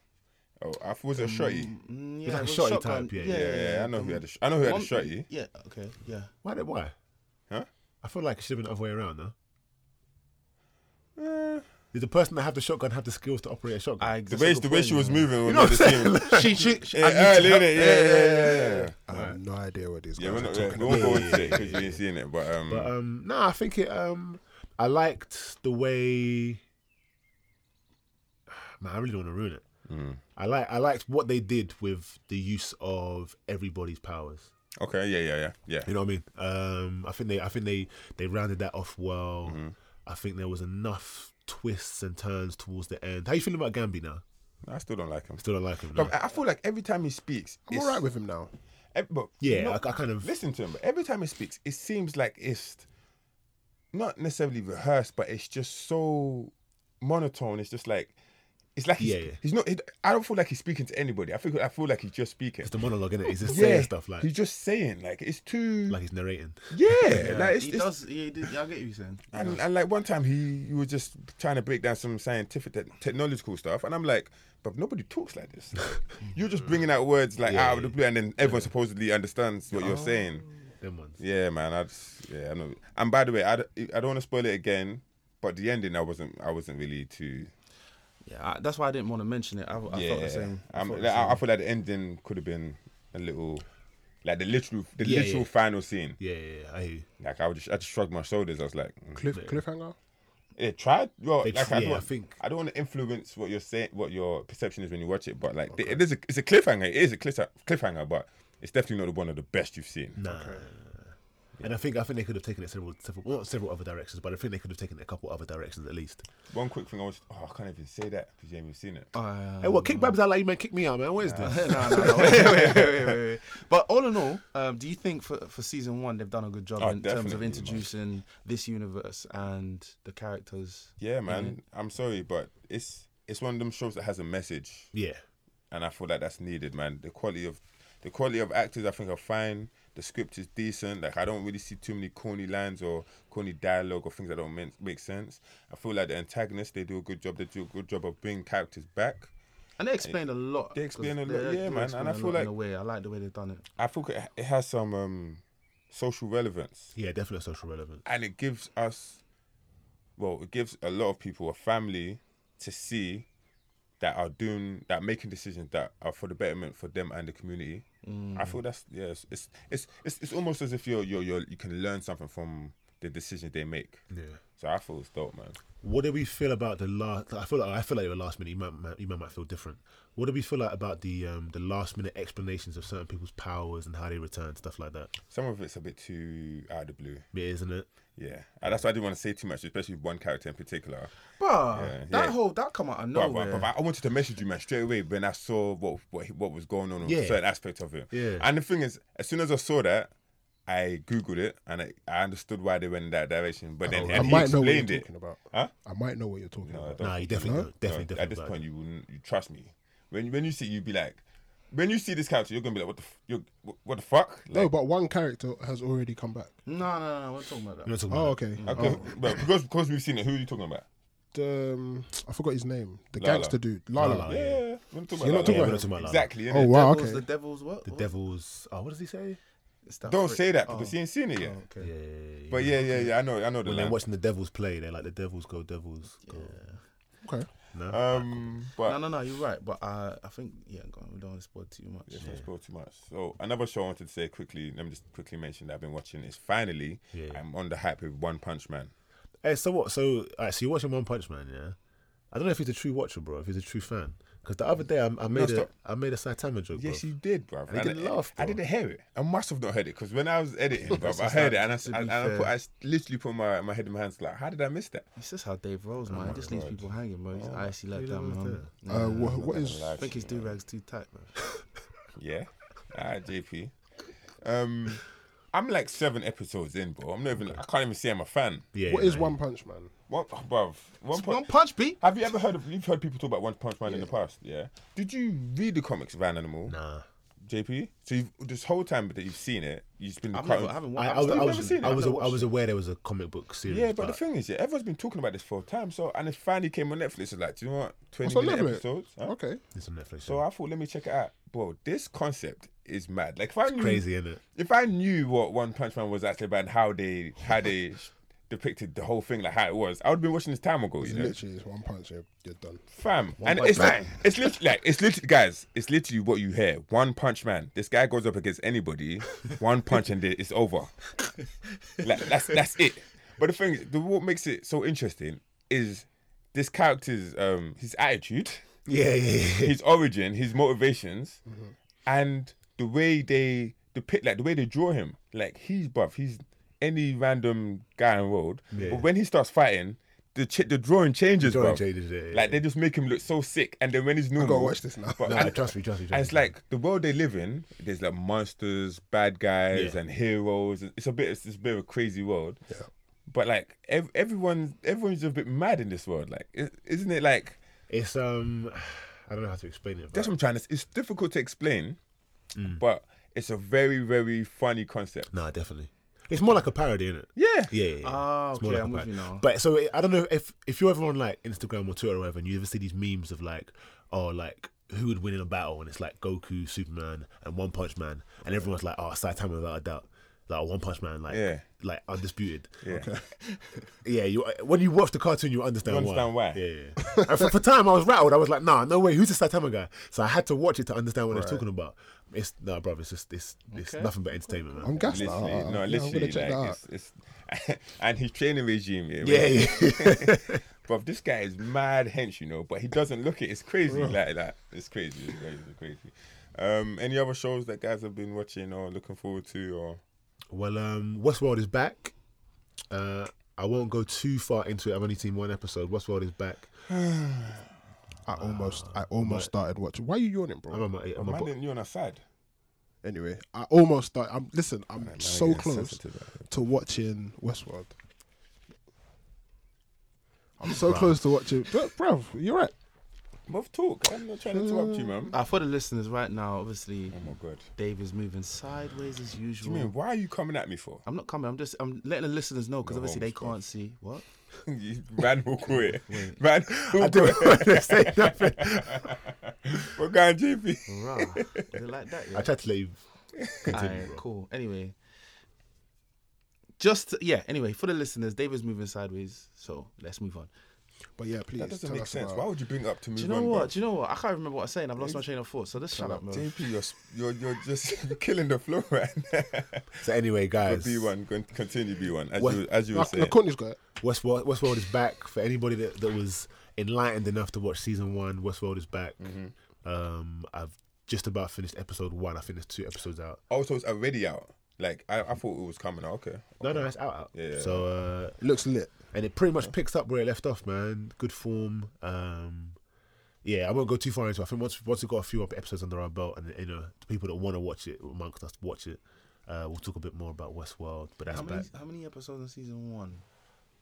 [SPEAKER 4] Oh, I thought it was a shotty.
[SPEAKER 6] Mm,
[SPEAKER 5] It's
[SPEAKER 6] yeah,
[SPEAKER 5] like a
[SPEAKER 6] it was
[SPEAKER 5] shotty
[SPEAKER 6] shotgun.
[SPEAKER 5] type, Um, yeah, um,
[SPEAKER 4] Yeah, yeah, I know who had a sh- I know who had a
[SPEAKER 6] One-
[SPEAKER 4] shotty.
[SPEAKER 6] Yeah. Okay. Yeah.
[SPEAKER 5] Why? Did, why?
[SPEAKER 4] Huh?
[SPEAKER 5] I feel like it should have been the other way around, though.
[SPEAKER 4] Eh.
[SPEAKER 5] Did the person that have the shotgun have the skills to operate a shotgun?
[SPEAKER 6] I,
[SPEAKER 4] The way, the way she was moving,
[SPEAKER 5] You
[SPEAKER 4] when
[SPEAKER 5] know
[SPEAKER 4] know
[SPEAKER 5] what I'm
[SPEAKER 4] the
[SPEAKER 5] saying?
[SPEAKER 4] team.
[SPEAKER 6] she, she, she,
[SPEAKER 4] Yeah, early, innit? Yeah, yeah, yeah, yeah.
[SPEAKER 3] I have no idea what these guys
[SPEAKER 4] Yeah, we're
[SPEAKER 3] are
[SPEAKER 4] not.
[SPEAKER 3] talking
[SPEAKER 4] Yeah, we won't go into it because you ain't seen it. But um,
[SPEAKER 5] But um, no, I think it. Um, I liked the way. Man, I really don't want to ruin it. I like I liked what they did with the use of everybody's powers.
[SPEAKER 4] okay, yeah, yeah, yeah,
[SPEAKER 5] You
[SPEAKER 4] yeah.
[SPEAKER 5] know what I mean? Um, I think they I think they they rounded that off well. I think there was enough twists and turns towards the end. How you feeling about Gambi now?
[SPEAKER 4] I still don't like him.
[SPEAKER 5] Still don't like him. No?
[SPEAKER 4] But uh, I I feel like every time he speaks,
[SPEAKER 3] I'm
[SPEAKER 4] it's-
[SPEAKER 3] alright with him now.
[SPEAKER 4] ev- but
[SPEAKER 5] Yeah,
[SPEAKER 4] no,
[SPEAKER 5] I, I kind of
[SPEAKER 4] listen to him. But every time he speaks, it seems like it's not necessarily rehearsed, but it's just so monotone. It's just like it's like he's,
[SPEAKER 5] Yeah, yeah.
[SPEAKER 4] he's not. he- I don't feel like he's speaking to anybody. I think I feel like he's just speaking.
[SPEAKER 5] it's the monologue in it. He's just saying stuff like
[SPEAKER 4] he's just saying like it's too
[SPEAKER 5] like he's narrating.
[SPEAKER 4] yeah, like it's,
[SPEAKER 6] he
[SPEAKER 4] it's
[SPEAKER 6] does. Yeah, he did, yeah, I get what you're saying.
[SPEAKER 4] And, and like one time he you were just trying to break down some scientific te- technological stuff, and I'm like, but nobody talks like this. you're just bringing out words like out of the blue, and then everyone supposedly understands what you're
[SPEAKER 6] Oh.
[SPEAKER 4] saying.
[SPEAKER 5] Them ones.
[SPEAKER 4] Yeah, man. I just yeah. I know. And by the way, I, d- I don't want to spoil it again, but the ending I wasn't I wasn't really too.
[SPEAKER 6] Yeah, I, that's why I didn't want to mention it. I, I
[SPEAKER 4] yeah,
[SPEAKER 6] felt the same. I
[SPEAKER 4] I'm- like,
[SPEAKER 6] felt the
[SPEAKER 4] I, I
[SPEAKER 6] same.
[SPEAKER 4] feel like the ending could have been a little. Like the literal, the
[SPEAKER 5] Yeah,
[SPEAKER 4] literal
[SPEAKER 5] yeah.
[SPEAKER 4] final scene.
[SPEAKER 5] Yeah, yeah, yeah, I hear you.
[SPEAKER 4] Like I would just, I just shrugged my shoulders. I was like, mm.
[SPEAKER 3] Cliff, cliffhanger.
[SPEAKER 4] They tried. Well,
[SPEAKER 5] They
[SPEAKER 4] like,
[SPEAKER 5] tr-
[SPEAKER 4] I,
[SPEAKER 5] yeah,
[SPEAKER 4] don't,
[SPEAKER 5] I think-
[SPEAKER 4] I don't want to influence what you're saying, what your perception is when you watch it. But like, it is a, it's a cliffhanger. It is a cliff, cliffhanger, but it's definitely not one of the best you've seen.
[SPEAKER 5] Nah. And I think I think they could have taken it several, several well, not several other directions, but I think they could have taken it a couple other directions at least.
[SPEAKER 4] One quick thing I was, oh, I can't even say that because you haven't seen it.
[SPEAKER 6] Oh,
[SPEAKER 5] hey, what kick babs out like you man? Kick me out, man. What is
[SPEAKER 6] no,
[SPEAKER 5] this?
[SPEAKER 6] no, no. Wait, wait, wait, wait, wait, wait. But all in all, um, do you think for, for season one they've done a good job
[SPEAKER 4] Oh,
[SPEAKER 6] in terms of
[SPEAKER 4] definitely, man.
[SPEAKER 6] introducing this universe and the characters?
[SPEAKER 4] yeah, man. I'm sorry, but it's it's one of them shows that has a message,
[SPEAKER 5] Yeah,
[SPEAKER 4] and I feel like that's needed, man. The quality of the quality of actors, I think, are fine. The script is decent. Like I don't really see too many corny lines or corny dialogue or things that don't make, make sense. I feel like the antagonists they do a good job. They do a good job of bringing characters back.
[SPEAKER 6] And they explained a lot.
[SPEAKER 4] They explain
[SPEAKER 6] 'cause
[SPEAKER 4] a lot,
[SPEAKER 6] they-
[SPEAKER 4] yeah,
[SPEAKER 6] they
[SPEAKER 4] man, and
[SPEAKER 6] explain
[SPEAKER 4] I
[SPEAKER 6] a
[SPEAKER 4] feel
[SPEAKER 6] lot
[SPEAKER 4] like-
[SPEAKER 6] in a way, I like the way they've done it.
[SPEAKER 4] I think it it has some um, social relevance,
[SPEAKER 5] yeah, definitely social relevance.
[SPEAKER 4] and it gives us, well, it gives a lot of people a family to see that are doing that, making decisions that are for the betterment for them and the community. I feel that's yes, it's it's it's, it's almost as if you're, you're you're you can learn something from the decisions they make.
[SPEAKER 5] Yeah.
[SPEAKER 4] So I feel it's dope, man.
[SPEAKER 5] What do we feel about the last? I feel like I feel like your last minute. You might, might you might, might feel different. What do we feel like about the um the last minute explanations of certain people's powers and how they return stuff like that?
[SPEAKER 4] Some of it's a bit too out of the blue.
[SPEAKER 5] Yeah, isn't it?
[SPEAKER 4] Yeah, and that's why I didn't want to say too much, especially one character in particular.
[SPEAKER 6] But
[SPEAKER 4] Yeah,
[SPEAKER 6] that
[SPEAKER 4] yeah.
[SPEAKER 6] whole that come out of
[SPEAKER 3] Oh,
[SPEAKER 4] But,
[SPEAKER 6] nowhere.
[SPEAKER 4] but, but I wanted to message you, man, straight away when I saw what what, he- what was going on with
[SPEAKER 5] Yeah.
[SPEAKER 4] certain aspect of it.
[SPEAKER 5] Yeah.
[SPEAKER 4] And the thing is, as soon as I saw that, I googled it and I, I understood why they went in that direction. But then and
[SPEAKER 3] Oh, I
[SPEAKER 4] he
[SPEAKER 3] might know what you're
[SPEAKER 4] explained it.
[SPEAKER 3] talking about.
[SPEAKER 4] Huh?
[SPEAKER 3] I might know what you're talking about.
[SPEAKER 5] Nah, you definitely don't.
[SPEAKER 4] No,
[SPEAKER 5] Definitely, definitely.
[SPEAKER 4] At this
[SPEAKER 5] don't.
[SPEAKER 4] point, you wouldn't. You trust me. When when you see, you'd be like, when you see this character, you're gonna be like, what the f- you're, wh- what the fuck? Like,
[SPEAKER 3] No, but one character has already come back.
[SPEAKER 6] no, no, no, we're talking about
[SPEAKER 5] You're
[SPEAKER 6] that.
[SPEAKER 5] not talking
[SPEAKER 3] Oh,
[SPEAKER 5] about
[SPEAKER 3] okay.
[SPEAKER 4] okay, but because because we've seen it, who are you talking about?
[SPEAKER 3] The, um, I forgot his name. The
[SPEAKER 4] Lala.
[SPEAKER 3] gangster dude, Lala.
[SPEAKER 5] Lala.
[SPEAKER 4] Yeah,
[SPEAKER 5] Yeah.
[SPEAKER 4] we're not
[SPEAKER 3] Oh, So
[SPEAKER 4] talking
[SPEAKER 3] you're not
[SPEAKER 4] about that.
[SPEAKER 3] talking about
[SPEAKER 5] Yeah, we're not talking about that.
[SPEAKER 4] exactly. innit?
[SPEAKER 3] Oh wow,
[SPEAKER 6] Devil's-
[SPEAKER 3] okay.
[SPEAKER 6] The devil's what?
[SPEAKER 5] the
[SPEAKER 6] What?
[SPEAKER 5] devil's. Oh, what does he say?
[SPEAKER 6] It's that
[SPEAKER 4] Don't
[SPEAKER 6] prick.
[SPEAKER 4] say that
[SPEAKER 6] Oh,
[SPEAKER 4] because you ain't seen it yet.
[SPEAKER 6] okay.
[SPEAKER 5] Yeah, yeah, yeah.
[SPEAKER 4] But yeah, yeah, yeah. I know, I know the
[SPEAKER 5] when they're
[SPEAKER 4] line.
[SPEAKER 5] watching the devils play, they're like the devils go, devils go.
[SPEAKER 3] okay.
[SPEAKER 5] No,
[SPEAKER 4] Um, but
[SPEAKER 6] No, no, no, you're right. But uh, I think yeah, go on, we don't want to spoil too much.
[SPEAKER 4] Let's not spoil too much. So another show I wanted to say quickly. Let me just quickly mention that I've been watching is finally
[SPEAKER 5] Yeah.
[SPEAKER 4] I'm on the hype with One Punch Man.
[SPEAKER 5] Hey, so what? So, alright, so you're watching One Punch Man, yeah? I don't know if he's a true watcher, bro. If he's a true fan, because the other day I, I made a
[SPEAKER 4] stop.
[SPEAKER 5] I made a Saitama joke,
[SPEAKER 4] Yes,
[SPEAKER 5] bro.
[SPEAKER 4] you did, bruv.
[SPEAKER 5] And I didn't laugh,
[SPEAKER 4] I
[SPEAKER 5] bro.
[SPEAKER 4] didn't hear it. I must have not heard it because when I was editing, bruv, I heard it and I,
[SPEAKER 6] To be
[SPEAKER 4] and I, put,
[SPEAKER 6] fair.
[SPEAKER 4] I s- literally put my, my head in my hands like, how did I miss that?
[SPEAKER 6] It's just how Dave
[SPEAKER 4] Oh
[SPEAKER 6] rolls, man. He just leaves people hanging, bro. He's I actually let down, man.
[SPEAKER 3] Uh, wha- what is?
[SPEAKER 6] I think his do rag's too tight, bro.
[SPEAKER 4] Yeah. All right, JP. Um, I'm like seven episodes in, bro. I'm not even. I can't even say I'm a fan.
[SPEAKER 5] Yeah,
[SPEAKER 3] What
[SPEAKER 5] yeah,
[SPEAKER 3] is
[SPEAKER 5] man.
[SPEAKER 3] One Punch Man?
[SPEAKER 4] One, bruv. One Punch.
[SPEAKER 6] One punch beat.
[SPEAKER 4] Have you ever heard of? You've heard people talk about One Punch Man in the past, yeah. Did you read the comics of Van Animal?
[SPEAKER 5] Nah,
[SPEAKER 4] JP? So you've, this whole time that you've seen it, you've been
[SPEAKER 6] I've
[SPEAKER 4] quite-
[SPEAKER 6] never, I haven't
[SPEAKER 5] I,
[SPEAKER 6] watched.
[SPEAKER 5] I
[SPEAKER 6] I've
[SPEAKER 5] was
[SPEAKER 6] still
[SPEAKER 5] I
[SPEAKER 6] never
[SPEAKER 5] was
[SPEAKER 6] seen it.
[SPEAKER 5] I
[SPEAKER 6] I've
[SPEAKER 5] was,
[SPEAKER 6] never
[SPEAKER 5] I was
[SPEAKER 6] watched
[SPEAKER 5] aware there was a comic book series.
[SPEAKER 4] Yeah, but the thing is, yeah, everyone's been talking about this for a time. So and it finally came on Netflix. It's like, do you know what? Twenty
[SPEAKER 3] What's on
[SPEAKER 4] minute
[SPEAKER 3] Netflix?
[SPEAKER 4] episodes. huh?
[SPEAKER 3] Okay.
[SPEAKER 5] it's on Netflix.
[SPEAKER 4] So
[SPEAKER 5] yeah.
[SPEAKER 4] I thought, let me check it out. Bro, this concept is mad. Like if I knew,
[SPEAKER 5] crazy, isn't it?
[SPEAKER 4] if I knew what One Punch Man was actually about, and how they how they depicted the whole thing like how it was, I would have been watching this time ago, you know,
[SPEAKER 3] Literally, it's one punch. You're, you're done.
[SPEAKER 4] fam. And it's like, it's literally like it's literally guys, it's literally what you hear. One Punch Man. This guy goes up against anybody, one punch and it's over. Like that's that's it. But the thing, is, the, what makes it so interesting is this character's um his attitude.
[SPEAKER 5] Yeah, yeah, yeah.
[SPEAKER 4] his origin, his motivations,
[SPEAKER 5] Mm-hmm.
[SPEAKER 4] and the way they depict, like the way they draw him. Like he's buff. He's any random guy in the world.
[SPEAKER 5] Yeah.
[SPEAKER 4] But when he starts fighting, the ch- the drawing changes.
[SPEAKER 5] Drawing
[SPEAKER 4] bruv.
[SPEAKER 5] changes, yeah, yeah,
[SPEAKER 4] Like they just make him look so sick, and then when he's normal,
[SPEAKER 3] watch this now.
[SPEAKER 4] But-
[SPEAKER 5] Nah,
[SPEAKER 4] and-
[SPEAKER 5] trust me, trust me. Trust
[SPEAKER 4] and it's
[SPEAKER 5] me.
[SPEAKER 4] like the world they live in. There's like monsters, bad guys, and heroes. It's a bit. It's, it's a bit of a crazy world. Yeah. But like ev- everyone, everyone's a bit mad in this world. Like, i- isn't it? Like
[SPEAKER 5] it's um, I don't know how to explain
[SPEAKER 4] that's
[SPEAKER 5] it. But
[SPEAKER 4] what I'm trying to. It's difficult to explain, but it's a very, very funny concept.
[SPEAKER 5] nah, definitely. It's more like a parody, isn't it?
[SPEAKER 4] Yeah.
[SPEAKER 5] Yeah, yeah, yeah.
[SPEAKER 6] Ah,
[SPEAKER 5] It's more
[SPEAKER 6] okay,
[SPEAKER 5] like a
[SPEAKER 6] I'm with
[SPEAKER 5] parody.
[SPEAKER 6] you now.
[SPEAKER 5] But so I don't know if if you're ever on like Instagram or Twitter or whatever, and you ever see these memes of like, oh, like who would win in a battle, and it's like Goku, Superman, and One Punch Man, and everyone's like, oh, Saitama without a doubt, like One Punch Man, like
[SPEAKER 4] Yeah.
[SPEAKER 5] like undisputed.
[SPEAKER 4] Yeah.
[SPEAKER 5] Yeah, you when you watch the cartoon, you understand,
[SPEAKER 4] You understand why.
[SPEAKER 5] Yeah, yeah, yeah. And for, for time, I was rattled. I was like, nah, no way. Who's this Saitama guy? So I had to watch it to understand what I was talking about. It's nah, bro. It's just it's it's nothing but entertainment, man.
[SPEAKER 3] I'm gassed now.
[SPEAKER 4] Literally,
[SPEAKER 3] Uh,
[SPEAKER 4] no,
[SPEAKER 3] yeah, I'm
[SPEAKER 4] literally,
[SPEAKER 3] gonna
[SPEAKER 4] like,
[SPEAKER 3] check that out.
[SPEAKER 4] it's, it's and his training regime. Yeah,
[SPEAKER 5] yeah,
[SPEAKER 4] right?
[SPEAKER 5] yeah.
[SPEAKER 4] Bruv, this guy is mad hench, you know, but he doesn't look it. It's crazy, like that. It's crazy, it's crazy, it's crazy. Um, any other shows that guys have been watching or looking forward to, or
[SPEAKER 5] Well, um, Westworld is back. Uh, I won't go too far into it. I've only seen one episode. Westworld is back.
[SPEAKER 4] uh,
[SPEAKER 3] I almost, I almost started watching. Why are you yawning, bro?
[SPEAKER 5] I'm on my, I'm on my-
[SPEAKER 4] man, didn't you on a side?
[SPEAKER 3] anyway, I almost started. I'm listen. I'm so
[SPEAKER 4] getting
[SPEAKER 3] close
[SPEAKER 4] sensitive out here.
[SPEAKER 3] to watching Westworld. I'm so close to watching, but bruv, you're right.
[SPEAKER 4] Both talk. I'm not trying to interrupt you, man.
[SPEAKER 6] Uh, for the listeners right now, obviously,
[SPEAKER 4] Oh my god.
[SPEAKER 6] Dave is moving sideways as
[SPEAKER 4] Do
[SPEAKER 6] usual.
[SPEAKER 4] you mean why are you coming at me for?
[SPEAKER 6] I'm not coming. I'm just. I'm letting the listeners know because
[SPEAKER 4] Go
[SPEAKER 6] obviously
[SPEAKER 4] home,
[SPEAKER 6] they
[SPEAKER 4] Scott.
[SPEAKER 6] can't see what.
[SPEAKER 4] You- man will quit. Man will
[SPEAKER 5] I didn't want
[SPEAKER 4] quit.
[SPEAKER 5] to say nothing.
[SPEAKER 4] We're going GP.
[SPEAKER 6] Rah. Is it like that?
[SPEAKER 5] I
[SPEAKER 6] Yeah.
[SPEAKER 5] tried to leave.
[SPEAKER 6] Alright, cool. Anyway, just yeah. Anyway, for the listeners, Dave is moving sideways, so let's move on.
[SPEAKER 3] But yeah, please
[SPEAKER 4] That doesn't
[SPEAKER 3] tell
[SPEAKER 4] make
[SPEAKER 3] us
[SPEAKER 4] sense.
[SPEAKER 3] about-
[SPEAKER 4] Why would you bring up to me?
[SPEAKER 6] Do you know what? Do you know what? I can't remember what I was saying. I've lost my train of thought. So just shut up, man.
[SPEAKER 4] JP, you're, you're you're just you're killing the flow right now.
[SPEAKER 5] So anyway, guys,
[SPEAKER 4] B1, con- continue B1 as
[SPEAKER 5] What-
[SPEAKER 4] you as you were
[SPEAKER 3] Nah, nah,
[SPEAKER 4] saying.
[SPEAKER 3] Courtney's got it.
[SPEAKER 5] Westworld, Westworld is back. For anybody that, that was enlightened enough to watch season one, Westworld is back. Um, I've just about finished episode one. I finished two episodes out.
[SPEAKER 4] Also, it's already out. Like I, I thought it was coming out. Okay.
[SPEAKER 5] No, no, it's out. out.
[SPEAKER 4] Yeah.
[SPEAKER 5] So uh,
[SPEAKER 3] It looks lit.
[SPEAKER 5] and it pretty much picks up where it left off, man. Good form. Um, yeah, I won't go too far into. it. I think once once we've got a few up episodes under our belt, and you know the people that want to watch it amongst us watch it, uh, we'll talk a bit more about Westworld. But that's
[SPEAKER 6] How
[SPEAKER 5] about
[SPEAKER 6] many, how many episodes in season one?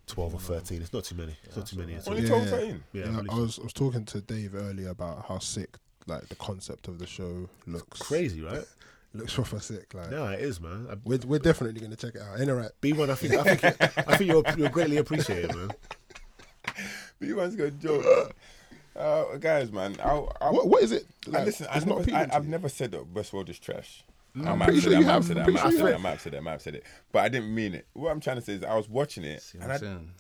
[SPEAKER 5] twelve or thirteen. It's not too many. It's not too many. At all.
[SPEAKER 4] Only
[SPEAKER 3] Yeah.
[SPEAKER 4] twelve thirteen.
[SPEAKER 5] Yeah,
[SPEAKER 3] You know,
[SPEAKER 5] only-
[SPEAKER 3] I was I was talking to Dave earlier about how sick like the concept of the show looks.
[SPEAKER 5] crazy, right?
[SPEAKER 3] Looks rather sick. Like
[SPEAKER 5] No, it is, man. I-
[SPEAKER 3] we're we're definitely gonna check it out. Ain't it right?
[SPEAKER 5] B one, I think, I think, I think you're, you're greatly appreciated, man.
[SPEAKER 4] B1's gonna joke. Uh, guys, man, I, I,
[SPEAKER 3] What what is it?
[SPEAKER 4] I
[SPEAKER 3] Like,
[SPEAKER 4] listen. I
[SPEAKER 3] it's
[SPEAKER 4] never,
[SPEAKER 3] not
[SPEAKER 4] I,
[SPEAKER 3] appealing to
[SPEAKER 4] I've
[SPEAKER 3] you?
[SPEAKER 4] never said that Westworld is trash. I'm,
[SPEAKER 3] pretty sure you have.
[SPEAKER 4] I'm
[SPEAKER 3] I'm
[SPEAKER 4] I'm
[SPEAKER 3] pretty sure you
[SPEAKER 4] upset.
[SPEAKER 3] have.
[SPEAKER 4] I'm upset. I'm upset. it. But I didn't mean it. What I'm trying to say is, I was watching it,
[SPEAKER 6] See what
[SPEAKER 4] and
[SPEAKER 6] I'm
[SPEAKER 4] I,
[SPEAKER 6] saying?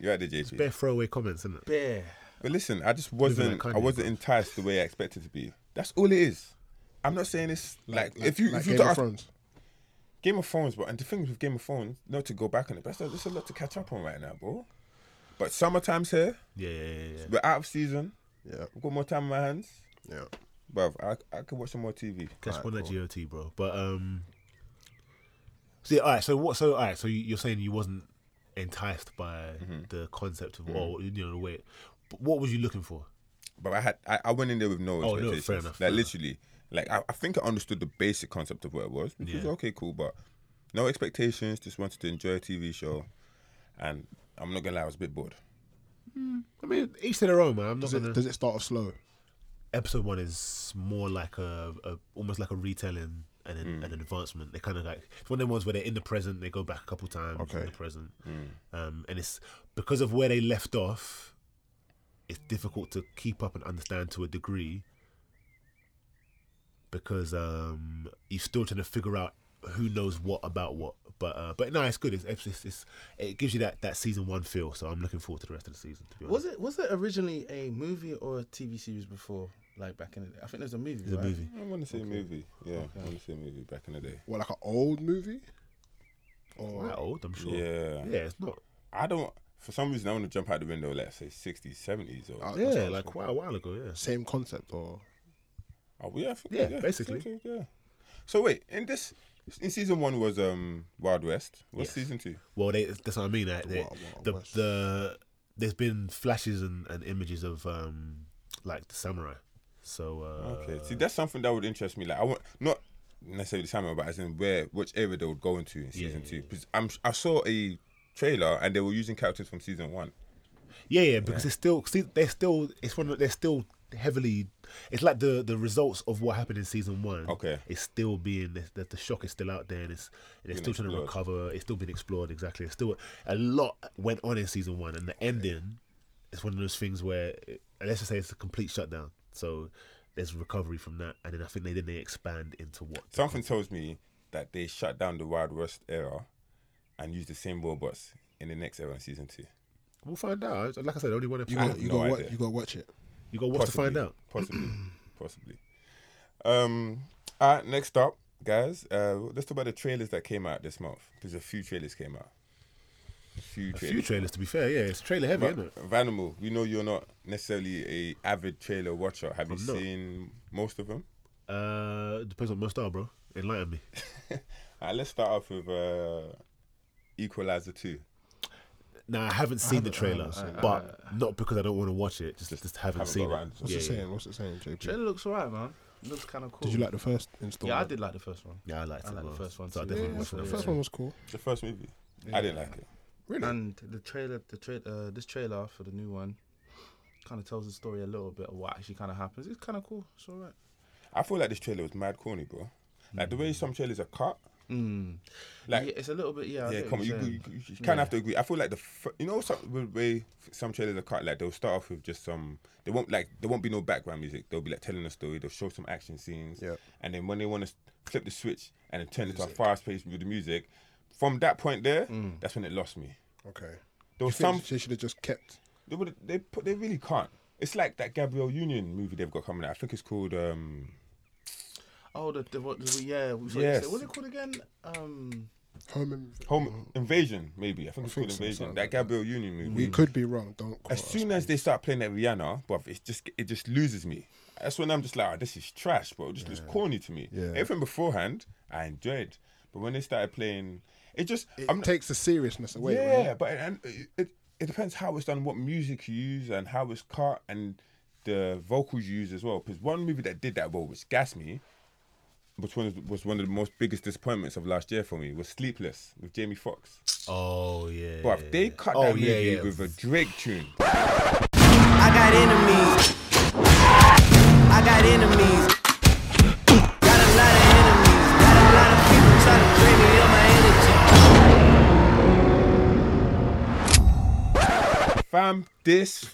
[SPEAKER 4] you're at the JP.
[SPEAKER 5] Bare throwaway comments, isn't it?
[SPEAKER 6] Bear.
[SPEAKER 4] But listen, I just wasn't.
[SPEAKER 5] like
[SPEAKER 4] I
[SPEAKER 5] Kanye,
[SPEAKER 4] wasn't
[SPEAKER 5] bro.
[SPEAKER 4] enticed the way I expected to be. That's all it is. I'm not saying it's like, if you
[SPEAKER 3] like
[SPEAKER 4] if you
[SPEAKER 3] Game
[SPEAKER 4] don't
[SPEAKER 3] of
[SPEAKER 4] ask-
[SPEAKER 3] Thrones.
[SPEAKER 4] Game of Thrones, but and the thing with Game of Thrones, not to go back on it, but there's there's a lot to catch up on right now, bro. But summertime's here.
[SPEAKER 5] Yeah, yeah, yeah. yeah.
[SPEAKER 4] We're out of season.
[SPEAKER 3] Yeah,
[SPEAKER 4] I've got more time on my hands.
[SPEAKER 3] yeah.
[SPEAKER 4] Bruv, I, I could watch some more TV.
[SPEAKER 5] That's one at GOT, bro. But um, see, all right. So what? So all right. So you- you're saying you wasn't enticed by the concept of or you know the way. But what was you looking for?
[SPEAKER 4] But I had I, I went in there with no
[SPEAKER 5] Oh, no, fair
[SPEAKER 4] expectations.
[SPEAKER 5] enough,
[SPEAKER 4] like
[SPEAKER 5] fair enough.
[SPEAKER 4] literally, like I, I think I understood the basic concept of what it was, which was okay, cool, but no expectations. Just wanted to enjoy a TV show, and I'm not gonna lie, I was a bit bored.
[SPEAKER 5] I mean, each to their own, man. I'm not
[SPEAKER 3] Does it,
[SPEAKER 5] gonna.
[SPEAKER 3] does it start off slow?
[SPEAKER 5] episode one is more like a, a almost like a retelling and an, an advancement. They kind of like it's one of the ones where they're in the present, they go back a couple times
[SPEAKER 3] Okay.
[SPEAKER 5] in the present, um, and it's because of where they left off. It's difficult to keep up and understand to a degree because um, you're still trying to figure out who knows what about what. But uh, but no, it's good. It's, it's, it's it gives you that, that season one feel. So I'm looking forward to the rest of the season. To be honest,
[SPEAKER 6] Was it was it originally a movie or a TV series before? Like back in the day, I think there's a movie.
[SPEAKER 5] It's a
[SPEAKER 6] right?
[SPEAKER 5] movie.
[SPEAKER 4] I want to see a movie. Yeah, I want to see a movie back in the day.
[SPEAKER 3] Well, like an old movie.
[SPEAKER 5] Quite old, I'm sure.
[SPEAKER 4] Yeah.
[SPEAKER 5] yeah, it's not.
[SPEAKER 4] I don't. For some reason, I want to jump out the window. Let's say 60s, 70s, or
[SPEAKER 3] Uh,
[SPEAKER 5] Yeah, like quite a while ago. Yeah.
[SPEAKER 3] Same concept or
[SPEAKER 4] oh, yeah, I think-
[SPEAKER 5] Yeah, basically.
[SPEAKER 4] okay, yeah. So wait, in this, in season one was um Wild West. What's
[SPEAKER 5] Yes.
[SPEAKER 4] season two?
[SPEAKER 5] Well, they, that's what I mean. Like, they,
[SPEAKER 3] Wild, Wild
[SPEAKER 5] the,
[SPEAKER 3] West.
[SPEAKER 5] the there's been flashes and, and images of um like the samurai. So uh,
[SPEAKER 4] Okay, see, that's something that would interest me. Like, I want not necessarily the samurai, but as in where which era they would go into in season two. Because I'm I saw a trailer and they were using characters from season one.
[SPEAKER 5] yeah, yeah, because it's still see, they're still it's one of- they're still heavily. It's like the the results of what happened in season one.
[SPEAKER 4] Okay.
[SPEAKER 5] it's still being the, the, the shock is still out there and it's and it's
[SPEAKER 4] Being
[SPEAKER 5] still trying to
[SPEAKER 4] explored.
[SPEAKER 5] recover. It's still being explored exactly. It's still a lot went on in season one and the ending is one of those things where it, let's just say it's a complete shutdown. So. There's recovery from that, and then I think they then they expand into what
[SPEAKER 4] Something tells me that they shut down the Wild West era and used the same robots in the next era in season two.
[SPEAKER 5] We'll find out. Like I said, only one
[SPEAKER 3] you
[SPEAKER 5] episode.
[SPEAKER 3] got
[SPEAKER 4] have
[SPEAKER 3] you
[SPEAKER 4] no
[SPEAKER 3] got
[SPEAKER 4] idea.
[SPEAKER 3] you got watch it.
[SPEAKER 5] You got what to
[SPEAKER 4] Possibly.
[SPEAKER 5] find out.
[SPEAKER 4] Possibly. possibly. Um, all right, next up, guys, uh, let's talk about the trailers that came out this month. Because a few trailers came out. A few
[SPEAKER 5] A
[SPEAKER 4] trailers.
[SPEAKER 5] few trailers, to be fair. Yeah, it's trailer heavy, isn't it?
[SPEAKER 4] Va- Vanimal, we know you're not necessarily a avid trailer watcher. Have you
[SPEAKER 5] I'm not.
[SPEAKER 4] seen most of them?
[SPEAKER 5] Uh, depends on my star, bro. Enlighten me.
[SPEAKER 4] All right, let's start off with uh, Equalizer 2.
[SPEAKER 5] Now I haven't seen the trailer, but not because I don't want to watch it. Just just haven't,
[SPEAKER 4] haven't
[SPEAKER 5] seen
[SPEAKER 4] got
[SPEAKER 5] it.
[SPEAKER 4] around to
[SPEAKER 5] Yeah,
[SPEAKER 3] What's it
[SPEAKER 5] yeah.
[SPEAKER 3] saying? What's it saying, JP?
[SPEAKER 6] Trailer looks alright, man. Looks kind of cool.
[SPEAKER 3] Did you like the first installment?
[SPEAKER 6] Yeah, I did like the first one.
[SPEAKER 5] yeah, I liked
[SPEAKER 6] I
[SPEAKER 5] it.
[SPEAKER 6] like the
[SPEAKER 5] well.
[SPEAKER 6] first one
[SPEAKER 5] So I
[SPEAKER 6] too.
[SPEAKER 5] definitely
[SPEAKER 3] Yeah,
[SPEAKER 5] watched
[SPEAKER 3] the
[SPEAKER 5] it.
[SPEAKER 3] first one was cool.
[SPEAKER 4] The first movie. I didn't like it.
[SPEAKER 3] Really?
[SPEAKER 6] And the trailer, the tra- uh, this trailer for the new one, kind of tells the story a little bit of what actually kind of happens. It's kind of cool. It's alright.
[SPEAKER 4] I feel like this trailer was mad corny, bro. Like the
[SPEAKER 5] Mm.
[SPEAKER 4] way some trailers are cut. Like,
[SPEAKER 6] yeah, it's a little bit. Yeah, I
[SPEAKER 4] Yeah,
[SPEAKER 6] get
[SPEAKER 4] come
[SPEAKER 6] what
[SPEAKER 4] on, you,
[SPEAKER 6] you're
[SPEAKER 4] you,
[SPEAKER 6] saying.
[SPEAKER 4] you kind of have to agree. I feel like the f- you know some the way some trailers are cut like they'll start off with just some they won't like there won't be no background music. They'll be like telling a story. They'll show some action scenes.
[SPEAKER 3] Yeah.
[SPEAKER 4] And then when they want to flip the switch and then turn it to a fast pace with the music, from that point there,
[SPEAKER 3] Mm.
[SPEAKER 4] that's when it lost me.
[SPEAKER 3] Okay.
[SPEAKER 4] There was some
[SPEAKER 3] They should have just kept.
[SPEAKER 4] they would they put they really can't. It's like that Gabrielle Union movie they've got coming out. I think it's called um
[SPEAKER 6] Oh, the, the, what, the yeah. we- so you
[SPEAKER 4] Yes.
[SPEAKER 6] said- What's it called again? Um,
[SPEAKER 3] Home and
[SPEAKER 4] Home Invasion maybe. I think it's
[SPEAKER 3] Mm-hmm.
[SPEAKER 4] called
[SPEAKER 3] think so,
[SPEAKER 4] Invasion.
[SPEAKER 3] something
[SPEAKER 4] That
[SPEAKER 3] like that.
[SPEAKER 4] Gabrielle Union movie.
[SPEAKER 3] We could be wrong. Don't. quote
[SPEAKER 4] as
[SPEAKER 3] us.
[SPEAKER 4] soon as they start playing that Rihanna, bruv, it just it just loses me. That's when I'm just like, oh, this is trash, bro. It just looks corny to me.
[SPEAKER 3] Yeah.
[SPEAKER 4] Everything beforehand, I enjoyed, but when they started playing, it just I'm
[SPEAKER 3] it
[SPEAKER 4] not-
[SPEAKER 3] takes the seriousness away.
[SPEAKER 4] yeah,
[SPEAKER 3] right?
[SPEAKER 4] but and it, it it depends how it's done, what music you use, and how it's cut, and the vocals you use as well. Because one movie that did that well, which gassed me, which one of- was one of the most biggest disappointments of last year for me, was Sleepless with Jamie Foxx.
[SPEAKER 5] Oh yeah.
[SPEAKER 4] Bruv, they cut
[SPEAKER 5] Oh,
[SPEAKER 4] that movie
[SPEAKER 5] yeah, yeah.
[SPEAKER 4] with a Drake tune.
[SPEAKER 8] I got enemies. I got enemies. Got a lot of enemies. Got a lot of people trying to drain me of my energy.
[SPEAKER 4] fam, this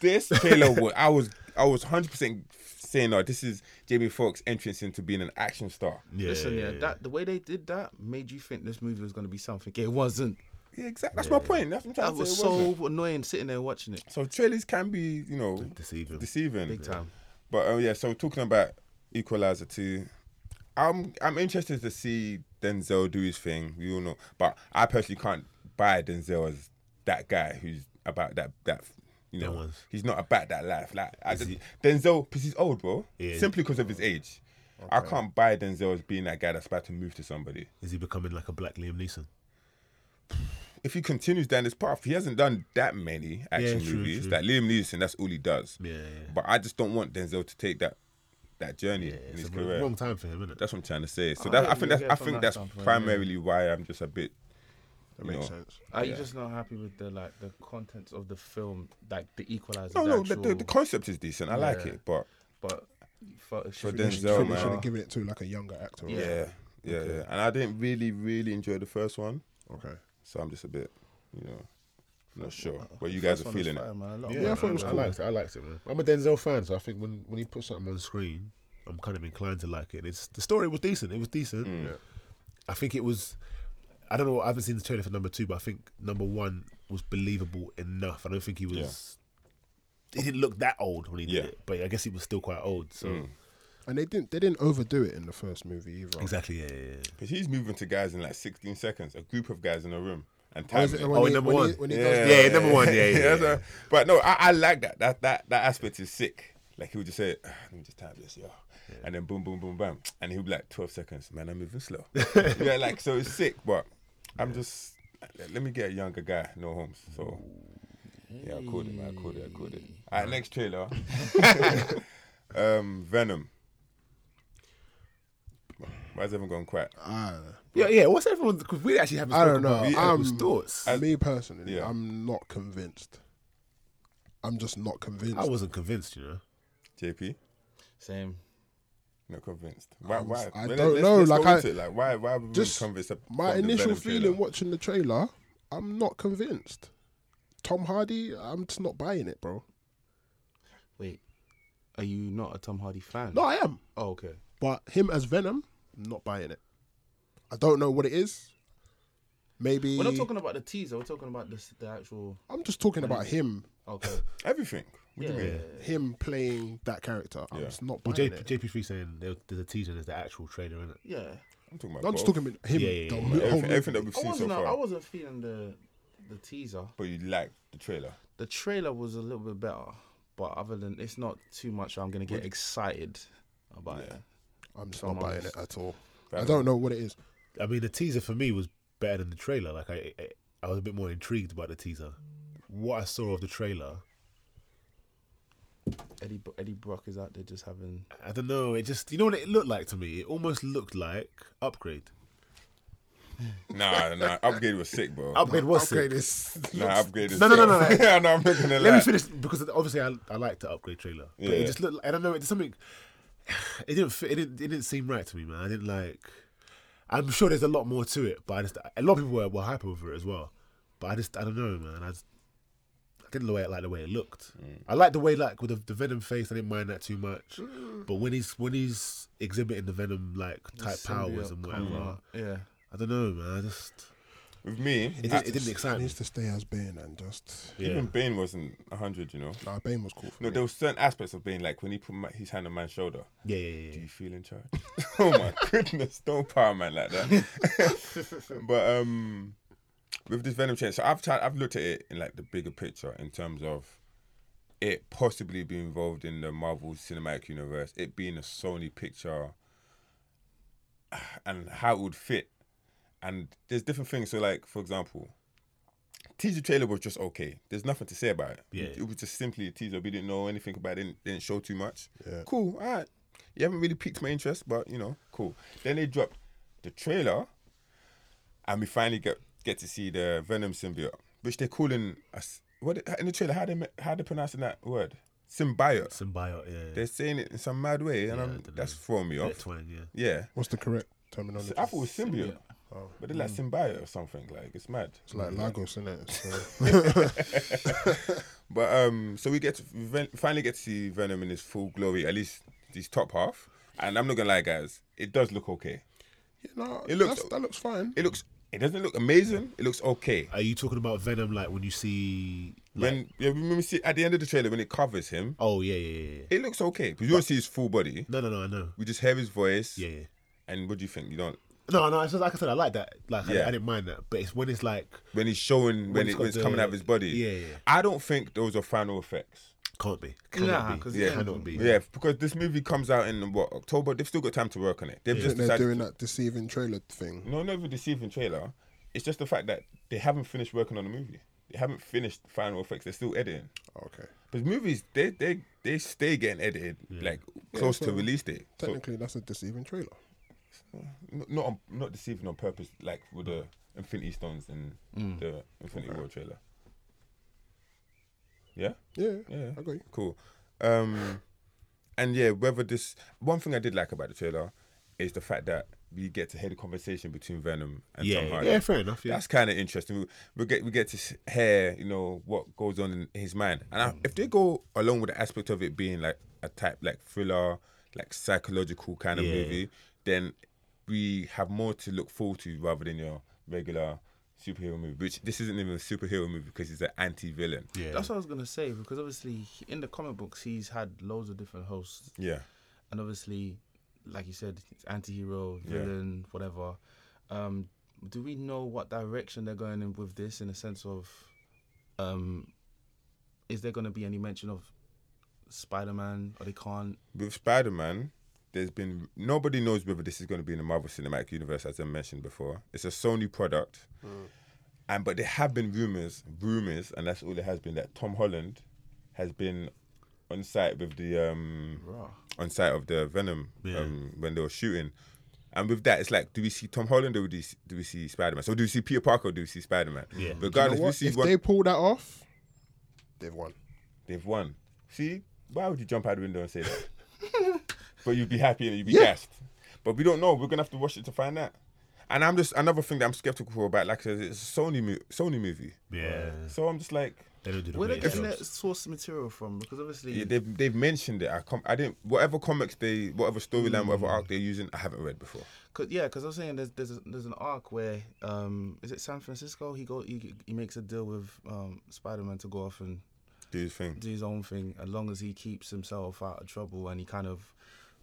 [SPEAKER 4] this trailer was I was I was hundred percent saying oh, this is Jamie Foxx entrance into being an action star.
[SPEAKER 5] Yeah,
[SPEAKER 6] listen, yeah,
[SPEAKER 5] yeah.
[SPEAKER 6] that the way they did that made you think this movie was going to be something. It wasn't.
[SPEAKER 4] Yeah, exactly. That's my point. That's what I'm trying
[SPEAKER 6] That
[SPEAKER 4] to
[SPEAKER 6] was
[SPEAKER 4] say. It wasn't.
[SPEAKER 6] so annoying sitting there watching it.
[SPEAKER 4] so trailers can be, you know,
[SPEAKER 5] Deceiving.
[SPEAKER 4] deceiving.
[SPEAKER 6] Big time.
[SPEAKER 4] But oh yeah, so talking about Equalizer two, I'm I'm interested to see Denzel do his thing. We all know, but I personally can't buy Denzel as that guy who's about that that. You
[SPEAKER 5] That
[SPEAKER 4] know,
[SPEAKER 5] one's-
[SPEAKER 4] he's not about that life. Like I just, Denzel, because he's old, bro.
[SPEAKER 5] Yeah.
[SPEAKER 4] Simply because of his age, I can't buy Denzel as being that guy that's about to move to somebody.
[SPEAKER 5] Is he becoming like a black Liam Neeson?
[SPEAKER 4] If he continues down this path, he hasn't done that many action
[SPEAKER 5] true,
[SPEAKER 4] movies.
[SPEAKER 5] true.
[SPEAKER 4] Like Liam Neeson, that's all he does.
[SPEAKER 5] Yeah, yeah.
[SPEAKER 4] But I just don't want Denzel to take that that journey in
[SPEAKER 5] It's
[SPEAKER 4] his
[SPEAKER 5] a
[SPEAKER 4] career.
[SPEAKER 5] wrong time for him, isn't it?
[SPEAKER 4] That's what I'm trying to say. So
[SPEAKER 6] I
[SPEAKER 4] that,
[SPEAKER 6] get
[SPEAKER 4] I
[SPEAKER 6] you,
[SPEAKER 4] think
[SPEAKER 6] I
[SPEAKER 4] that's
[SPEAKER 6] get
[SPEAKER 4] I
[SPEAKER 6] from
[SPEAKER 4] think
[SPEAKER 6] that
[SPEAKER 4] that's
[SPEAKER 6] standpoint, yeah.
[SPEAKER 4] primarily why I'm just a bit.
[SPEAKER 3] that
[SPEAKER 4] you
[SPEAKER 3] makes
[SPEAKER 4] know.
[SPEAKER 3] sense.
[SPEAKER 6] Are you just not happy with the like the contents of the film, like the Equalizer?
[SPEAKER 4] No,
[SPEAKER 6] the
[SPEAKER 4] no, the, the,
[SPEAKER 6] actual-
[SPEAKER 4] the concept is decent. I like
[SPEAKER 6] Yeah.
[SPEAKER 4] it, but
[SPEAKER 6] but for,
[SPEAKER 4] for
[SPEAKER 3] I
[SPEAKER 4] Denzel,
[SPEAKER 3] think they should
[SPEAKER 4] man,
[SPEAKER 3] have given it to like a younger actor. right?
[SPEAKER 4] yeah, yeah, yeah, And I didn't really, really enjoy the first one,
[SPEAKER 3] Okay.
[SPEAKER 4] so I'm just a bit, you know, not sure. But you guys are feeling it.
[SPEAKER 6] it.
[SPEAKER 3] Yeah, I thought it was
[SPEAKER 5] I
[SPEAKER 3] cool.
[SPEAKER 5] liked it. I liked it, man. I'm a Denzel fan, so I think when, when he puts something on screen, I'm
[SPEAKER 4] Mm.
[SPEAKER 5] kind of inclined to like it. It's the story was decent. It was decent. I think it was. I don't know. I haven't seen the trailer for number two, but I think number one was believable enough. I don't think he was. He didn't look that old when he did
[SPEAKER 4] Yeah. Mm.
[SPEAKER 5] it, but I guess he was still quite old. So
[SPEAKER 3] And they didn't they didn't overdo it in the first movie either.
[SPEAKER 5] exactly, yeah, yeah, yeah.
[SPEAKER 4] Because he's moving to guys in like 16 seconds, a group of guys in a room. And
[SPEAKER 3] Oh, is
[SPEAKER 4] timing
[SPEAKER 3] it
[SPEAKER 4] it.
[SPEAKER 3] when
[SPEAKER 5] Oh,
[SPEAKER 3] he-
[SPEAKER 5] number
[SPEAKER 3] when he-
[SPEAKER 5] one.
[SPEAKER 3] when he does
[SPEAKER 4] Yeah,
[SPEAKER 3] that?
[SPEAKER 5] Yeah, number one, yeah, yeah,
[SPEAKER 4] that's
[SPEAKER 5] yeah.
[SPEAKER 4] right. But no, I, I like that. That that that aspect is sick. Like he would just say, "Ah, "Let me just type this, yo," and then boom, boom, boom, bam, and he'll be like, 12 seconds, man. I'm moving slow." yeah, like so it's sick, but I'm just let me get a younger guy, no homes. So yeah, I called it, man. I called it. I called it. All right, next trailer. um, Venom. Why is everyone going quiet?
[SPEAKER 5] Yeah, yeah. What's everyone? Because we actually haven't.
[SPEAKER 3] I don't
[SPEAKER 5] spoken
[SPEAKER 3] know.
[SPEAKER 5] about uh,
[SPEAKER 3] I'm,
[SPEAKER 5] people's thoughts.
[SPEAKER 3] me personally,
[SPEAKER 4] Yeah.
[SPEAKER 3] I'm not convinced. I'm just not convinced.
[SPEAKER 5] I wasn't convinced, you know.
[SPEAKER 4] JP.
[SPEAKER 6] Same.
[SPEAKER 4] Not convinced. Why?
[SPEAKER 3] I'm
[SPEAKER 4] why?
[SPEAKER 3] s- I
[SPEAKER 4] Let-
[SPEAKER 3] don't
[SPEAKER 4] let's-
[SPEAKER 3] know,
[SPEAKER 4] let's
[SPEAKER 3] like,
[SPEAKER 4] go
[SPEAKER 3] I-
[SPEAKER 4] into it. like why? Why? Were
[SPEAKER 3] just
[SPEAKER 4] we convinced up-
[SPEAKER 3] my
[SPEAKER 4] from the
[SPEAKER 3] initial
[SPEAKER 4] Venom
[SPEAKER 3] feeling
[SPEAKER 4] trailer?
[SPEAKER 3] watching the trailer, I'm not convinced. Tom Hardy, I'm just not buying it, bro.
[SPEAKER 6] Wait, are you not a Tom Hardy fan?
[SPEAKER 3] No, I am,
[SPEAKER 6] Oh, okay.
[SPEAKER 3] but him as Venom, not buying it. I don't know what it is. Maybe
[SPEAKER 6] We're not talking about the teaser. We're talking about this, the actual.
[SPEAKER 3] I'm just talking about him,
[SPEAKER 6] Okay.
[SPEAKER 4] everything. What do you mean?
[SPEAKER 3] him playing that character. I'm
[SPEAKER 4] Yeah.
[SPEAKER 3] just not
[SPEAKER 5] Well,
[SPEAKER 3] buying
[SPEAKER 5] JP,
[SPEAKER 3] it.
[SPEAKER 5] JP3 saying there- there's a teaser, and there's the actual trailer in it.
[SPEAKER 6] yeah.
[SPEAKER 4] I'm talking about.
[SPEAKER 3] I'm just
[SPEAKER 4] both.
[SPEAKER 3] talking about him.
[SPEAKER 5] Yeah, yeah,
[SPEAKER 3] the
[SPEAKER 5] yeah.
[SPEAKER 3] whole
[SPEAKER 4] everything,
[SPEAKER 3] movie.
[SPEAKER 4] everything that we've
[SPEAKER 6] I
[SPEAKER 4] seen so
[SPEAKER 6] wasn't.
[SPEAKER 4] far.
[SPEAKER 6] I wasn't feeling the the teaser.
[SPEAKER 4] but you like the trailer.
[SPEAKER 6] The trailer was a little bit better, but other than it's not too much. I'm gonna get excited about it.
[SPEAKER 3] I'm just not
[SPEAKER 6] I'm
[SPEAKER 3] buying it
[SPEAKER 6] honest.
[SPEAKER 3] at all. I don't know what it is.
[SPEAKER 5] I mean, the teaser for me was better than the trailer. Like I, I, I was a bit more intrigued by the teaser. What I saw of the trailer,
[SPEAKER 6] Eddie Eddie Brock is out there just having.
[SPEAKER 5] I don't know. It just, you know what it looked like to me. It almost looked like Upgrade.
[SPEAKER 4] Nah, nah. Upgrade was sick, bro.
[SPEAKER 5] Upgrade was sick.
[SPEAKER 3] Upgrade is
[SPEAKER 4] nah, upgrade is
[SPEAKER 5] No, no,
[SPEAKER 4] sick.
[SPEAKER 5] no, no, no.
[SPEAKER 4] yeah, no, I'm not gonna
[SPEAKER 5] Let me
[SPEAKER 4] lie.
[SPEAKER 5] finish because obviously I, I liked the Upgrade trailer, but
[SPEAKER 4] Yeah.
[SPEAKER 5] it just looked. Like, I don't know. It's something. It didn't fit. It didn't. It didn't seem right to me, man. I didn't like. I'm sure there's a lot more to it, but I just a lot of people were, were hype over it as well. But I just I don't know, man. I just I didn't like like the way it looked.
[SPEAKER 3] Mm.
[SPEAKER 5] I like the way like with the, the venom face. I didn't mind that too much.
[SPEAKER 3] Mm.
[SPEAKER 5] But when he's when he's exhibiting the venom like type powers and whatever,
[SPEAKER 6] uh, Yeah.
[SPEAKER 5] I don't know, man. I just
[SPEAKER 4] With me,
[SPEAKER 5] it,
[SPEAKER 4] I-
[SPEAKER 5] didn't- it didn't excite me.
[SPEAKER 3] needs to stay as Bane and just.
[SPEAKER 5] Yeah.
[SPEAKER 4] even Bane wasn't hundred. You know.
[SPEAKER 3] Nah, Bane was cool. For
[SPEAKER 4] No,
[SPEAKER 3] me.
[SPEAKER 4] there were certain aspects of Bane, like when he put my, his hand on my shoulder.
[SPEAKER 5] Yeah, yeah, yeah,
[SPEAKER 4] Do
[SPEAKER 5] yeah.
[SPEAKER 4] you feel in charge? oh my goodness, don't power man like that. but um, with this Venom change, so I've tried, I've looked at it in like the bigger picture in terms of it possibly being involved in the Marvel Cinematic Universe, it being a Sony picture, and how it would fit. And there's different things. So like for example, teaser trailer was just okay. There's nothing to say about it.
[SPEAKER 5] Yeah.
[SPEAKER 4] It was just simply a teaser. We didn't know anything about it. Didn't, didn't show too much. Yeah. Cool. All right. You haven't really piqued my interest, but you know, cool. Then they dropped the trailer, and we finally get get to see the Venom symbiote, which they're calling us. What in the trailer? How they ma- how they pronouncing that word? Symbiote.
[SPEAKER 5] Symbiote, yeah.
[SPEAKER 4] They're saying it in some mad way, and I'm, that's throwing me
[SPEAKER 5] yeah.
[SPEAKER 4] off.
[SPEAKER 5] Twang, yeah.
[SPEAKER 4] Yeah.
[SPEAKER 3] What's the correct terminology?
[SPEAKER 4] I thought it was symbiote, Hmm. but they're like symbiote or something. Like it's mad.
[SPEAKER 3] It's like Lagos, isn't it?
[SPEAKER 4] But um, so we get to, we ven- finally get to see Venom in his full glory, at least his top half. And I'm not gonna lie, guys, it does look okay.
[SPEAKER 3] you know,
[SPEAKER 4] It looks-
[SPEAKER 3] that's- that looks fine.
[SPEAKER 4] It looks, it doesn't look amazing. It looks okay.
[SPEAKER 5] Are you talking about Venom like when you see like
[SPEAKER 4] When yeah, when we see at the end of the trailer when it covers him,
[SPEAKER 5] Oh yeah, yeah, yeah, yeah.
[SPEAKER 4] it looks okay because you don't see his full body.
[SPEAKER 5] No, no, no, I know.
[SPEAKER 4] We just hear his voice.
[SPEAKER 5] Yeah, yeah.
[SPEAKER 4] And what do you think? You don't
[SPEAKER 5] No, no. It's just, like I said, I like that. Like I-
[SPEAKER 4] Yeah.
[SPEAKER 5] I, didn't mind that, but it's when it's like
[SPEAKER 4] when he's showing when,
[SPEAKER 5] it's
[SPEAKER 4] it, when
[SPEAKER 5] got
[SPEAKER 4] it's coming
[SPEAKER 5] the-
[SPEAKER 4] out of his body.
[SPEAKER 5] Yeah, yeah.
[SPEAKER 4] I don't think those are final effects.
[SPEAKER 5] can't be, cannot
[SPEAKER 6] Nah,
[SPEAKER 5] be,
[SPEAKER 6] because
[SPEAKER 4] Yeah.
[SPEAKER 5] cannot be.
[SPEAKER 4] Yeah. because this movie comes out in what October. They've still got time to work on it. They've
[SPEAKER 3] I
[SPEAKER 4] just
[SPEAKER 3] think they're
[SPEAKER 4] decided Hmm?
[SPEAKER 3] doing that deceiving trailer thing.
[SPEAKER 4] No, not even deceiving trailer. It's just the fact that they haven't finished working on the movie. They haven't finished final effects. They're still editing.
[SPEAKER 3] Oh, Okay.
[SPEAKER 4] Because movies, they they they stay getting edited like close
[SPEAKER 3] so
[SPEAKER 4] to release date. So
[SPEAKER 3] Technically, that's a deceiving trailer.
[SPEAKER 4] n- not on, not deceiving on purpose, like with the Infinity Stones and
[SPEAKER 3] Mm.
[SPEAKER 4] the Infinity War trailer. Yeah.
[SPEAKER 3] Yeah,
[SPEAKER 4] Yeah.
[SPEAKER 3] I got you.
[SPEAKER 4] Cool. Um, and yeah, whether this one thing I did like about the trailer is the fact that we get to hear the conversation between Venom and
[SPEAKER 5] Yeah,
[SPEAKER 4] Tom
[SPEAKER 5] yeah,
[SPEAKER 4] Hardy.
[SPEAKER 5] yeah, fair enough, yeah.
[SPEAKER 4] that's kind of interesting. We, we get we get to s- hear you know what goes on in his mind, and
[SPEAKER 5] Mm.
[SPEAKER 4] I, if they go along with the aspect of it being like a type like thriller, like psychological kind of
[SPEAKER 5] Yeah.
[SPEAKER 4] movie, then we have more to look forward to rather than your regular superhero movie. Which this isn't even a superhero movie because he's an anti-villain.
[SPEAKER 5] Yeah.
[SPEAKER 6] That's what I was gonna say because obviously he- in the comic books he's had loads of different hosts,
[SPEAKER 4] Yeah.
[SPEAKER 6] and obviously, like you said, it's anti-hero,
[SPEAKER 4] Yeah.
[SPEAKER 6] villain, whatever. Um, do we know what direction they're going in with this in the sense of, um, is there gonna be any mention of Spider-Man or they can't?
[SPEAKER 4] with Spider Man, there's been nobody knows whether this is going to be in the Marvel Cinematic Universe, as I mentioned before. It's a Sony product,
[SPEAKER 3] Mm.
[SPEAKER 4] and but there have been rumors, rumors, and that's all it has been that Tom Holland has been on site with the um on site of the Venom um, when they were shooting. And with that, it's like, do we see Tom Holland or do we see, do we see Spider Man? So do we see Peter Parker or do we see Spider Man? Yeah.
[SPEAKER 3] You know
[SPEAKER 4] Regardless,
[SPEAKER 3] what?
[SPEAKER 4] we
[SPEAKER 3] If
[SPEAKER 4] see one,
[SPEAKER 3] they pull that off, they've won.
[SPEAKER 4] they've won. See, why would you jump out the window and say that? but you'd be happy and you'd be gassed. But we don't know. We're gonna have to watch it to find out. And I'm just another thing that I'm skeptical about. Like I said, it's a Sony mo- Sony movie.
[SPEAKER 5] Yeah.
[SPEAKER 4] So I'm just like,
[SPEAKER 5] They don't do the
[SPEAKER 6] Where they
[SPEAKER 5] major
[SPEAKER 6] getting their
[SPEAKER 5] jobs.
[SPEAKER 6] source material from? Because obviously,
[SPEAKER 4] yeah, they've they've mentioned it. I com- I didn't. Whatever comics they, whatever
[SPEAKER 6] Mm.
[SPEAKER 4] storyline, whatever arc they're using, I haven't read before.
[SPEAKER 6] Cause yeah, cause I was saying there's there's a, there's an arc where um is it San Francisco? He go he, he makes a deal with um Spider Man to go off and
[SPEAKER 4] Do you think?
[SPEAKER 6] do his own thing as long as he keeps himself out of trouble and he kind of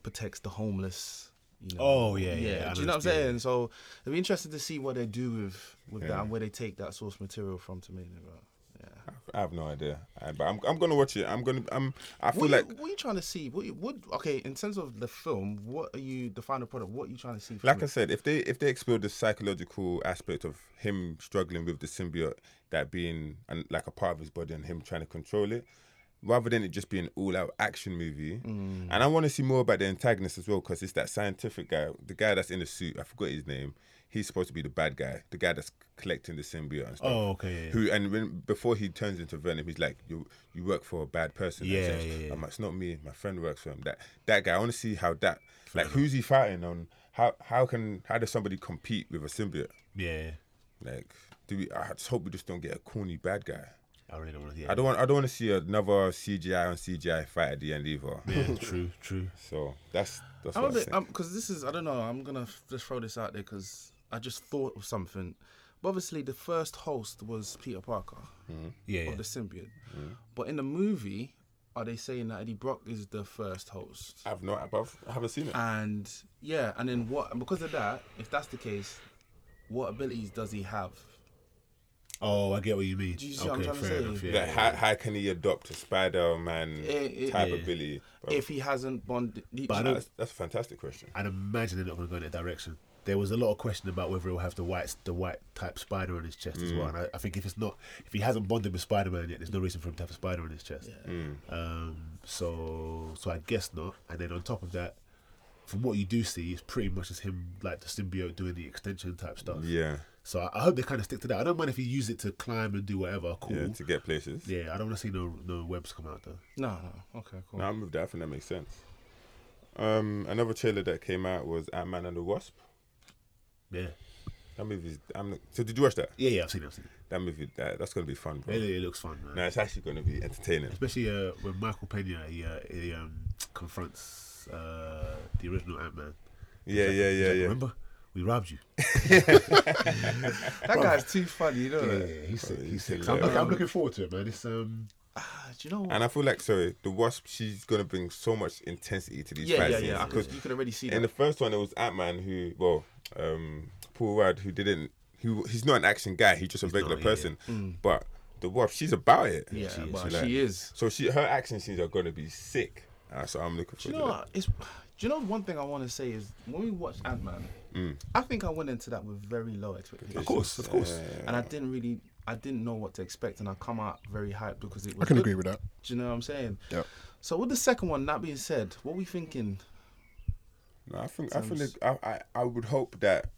[SPEAKER 6] protects the homeless. You know?
[SPEAKER 5] Oh, yeah, yeah, I
[SPEAKER 6] Do you know what I'm
[SPEAKER 5] understand.
[SPEAKER 6] saying? So it'd be interesting to see what they do with with that and where they take that source material from to make it. But, yeah.
[SPEAKER 4] I have no idea. I, but I'm I'm gonna watch it. I'm gonna I'm. I feel
[SPEAKER 6] What,
[SPEAKER 4] like
[SPEAKER 6] you, what you trying to see? What you, what okay? In terms of the film, what are you the final product? What are you trying to see? From
[SPEAKER 4] like
[SPEAKER 6] it?
[SPEAKER 4] I said, if they if they explore the psychological aspect of him struggling with the symbiote, that being and like a part of his body and him trying to control it, rather than it just being all out action movie. And I want to see more about the antagonist as well, because it's that scientific guy, the guy that's in the suit. I forgot his name. He's supposed to be the bad guy, the guy that's collecting the symbiote and stuff.
[SPEAKER 5] Oh, okay, yeah, yeah.
[SPEAKER 4] Who and when before he turns into Venom, he's like, "You you work for a bad person." in that
[SPEAKER 5] Yeah,
[SPEAKER 4] sense.
[SPEAKER 5] yeah, yeah.
[SPEAKER 4] I'm like, it's not me. My friend works for him. That that guy. I want to see how that like who's he fighting on? How how can how does somebody compete with a symbiote?
[SPEAKER 5] Yeah.
[SPEAKER 4] Like, do we? I just hope we just don't get a corny bad guy.
[SPEAKER 5] I really don't want to.
[SPEAKER 4] I don't want I don't want to see another CGI on CGI fight at the end either.
[SPEAKER 5] Yeah, true, true.
[SPEAKER 4] So that's that's
[SPEAKER 6] I'm
[SPEAKER 4] what I'm
[SPEAKER 6] a bit
[SPEAKER 4] saying.
[SPEAKER 6] because this is I don't know. I'm gonna f- just throw this out there because I just thought of something. But obviously, the first host was Peter Parker
[SPEAKER 5] Yeah,
[SPEAKER 6] of
[SPEAKER 5] yeah.
[SPEAKER 6] the symbiote. But in the movie, are they saying that Eddie Brock is the first host?
[SPEAKER 4] I've not I've, I haven't seen it.
[SPEAKER 5] Ah,
[SPEAKER 6] And yeah, and then what? And because of that, if that's the case, what abilities does he have?
[SPEAKER 5] Oh, I get what you mean.
[SPEAKER 6] Do you see what
[SPEAKER 5] okay,
[SPEAKER 6] I'm trying to
[SPEAKER 5] fair
[SPEAKER 6] say?
[SPEAKER 5] enough. Yeah,
[SPEAKER 4] like,
[SPEAKER 5] yeah,
[SPEAKER 4] how, how can he adopt a Spider-Man
[SPEAKER 6] Eh, eh,
[SPEAKER 4] type
[SPEAKER 5] yeah.
[SPEAKER 4] ability? Bro,
[SPEAKER 6] If he hasn't bonded,
[SPEAKER 5] I
[SPEAKER 6] uh,
[SPEAKER 5] don't-
[SPEAKER 4] that's, that's a fantastic question.
[SPEAKER 5] I'd imagine they're not going to go in that direction. There was a lot of question about whether he'll have the white, the white type spider on his chest as well. And I, I think if it's not, if he hasn't bonded with Spider-Man yet, there's no reason for him to have a spider on his chest.
[SPEAKER 4] Mm.
[SPEAKER 5] Um, so, so I guess not. And then on top of that, from what you do see, it's pretty much just him like the symbiote doing the extension type stuff.
[SPEAKER 4] Yeah,
[SPEAKER 5] So I, I hope they kind of stick to that. I don't mind if you use it to climb and do whatever. Cool.
[SPEAKER 4] yeah,
[SPEAKER 5] Yeah,
[SPEAKER 4] to get places.
[SPEAKER 5] I don't want to see no no webs come out though.
[SPEAKER 6] no, no, okay, cool.
[SPEAKER 4] No, I'm with that. I think that makes sense. Um, another trailer that came out was Ant Man and the Wasp.
[SPEAKER 5] Yeah.
[SPEAKER 4] That movie's. I'm. not- So did you watch that?
[SPEAKER 5] Yeah, yeah, I've seen it. I've seen it.
[SPEAKER 4] That movie. That, that's gonna be fun, bro.
[SPEAKER 5] It, it looks fun, man.
[SPEAKER 4] No, it's actually gonna be entertaining.
[SPEAKER 5] Especially uh, when Michael Pena he, uh, he um, confronts uh, the original Ant Man.
[SPEAKER 4] Yeah, yeah, yeah, yeah.
[SPEAKER 5] Remember, we robbed you.
[SPEAKER 6] That guy's too funny, you know.
[SPEAKER 5] Yeah,
[SPEAKER 6] that?
[SPEAKER 5] he's sick. He's sick.
[SPEAKER 4] Yeah.
[SPEAKER 5] So I'm, looking, I'm looking forward to it, man. It's um,
[SPEAKER 6] Ah, do you know what?
[SPEAKER 4] And I feel like sorry, the Wasp. She's gonna bring so much intensity to these
[SPEAKER 6] yeah,
[SPEAKER 4] fight
[SPEAKER 6] yeah,
[SPEAKER 4] scenes
[SPEAKER 6] yeah.
[SPEAKER 4] because
[SPEAKER 6] You could already see
[SPEAKER 4] in the
[SPEAKER 6] that.
[SPEAKER 4] first one it was Ant Man who, well, um, Paul Rudd who didn't. He, he's not an action guy. He's just a regular
[SPEAKER 5] not, yeah.
[SPEAKER 4] person. But the Wasp, she's about it.
[SPEAKER 6] Yeah,
[SPEAKER 5] she is.
[SPEAKER 6] but
[SPEAKER 4] Like-
[SPEAKER 6] she is.
[SPEAKER 4] So she, her action scenes are gonna be sick. Uh, so I'm looking
[SPEAKER 6] Do you
[SPEAKER 4] forward
[SPEAKER 6] know
[SPEAKER 4] to that.
[SPEAKER 6] what? It's, do you know one thing I want to say is when we watched Ant Man, I think I went into that with very low expectations. Of
[SPEAKER 5] course, of course.
[SPEAKER 6] And I didn't really, I didn't know what to expect, and I come out very hyped because it was.
[SPEAKER 3] I can
[SPEAKER 6] good.
[SPEAKER 3] agree with that.
[SPEAKER 6] Do you know what I'm saying?
[SPEAKER 3] Yep.
[SPEAKER 6] So with the second one, that being said, what we thinking?
[SPEAKER 4] No, I think I think it- I, I I would hope that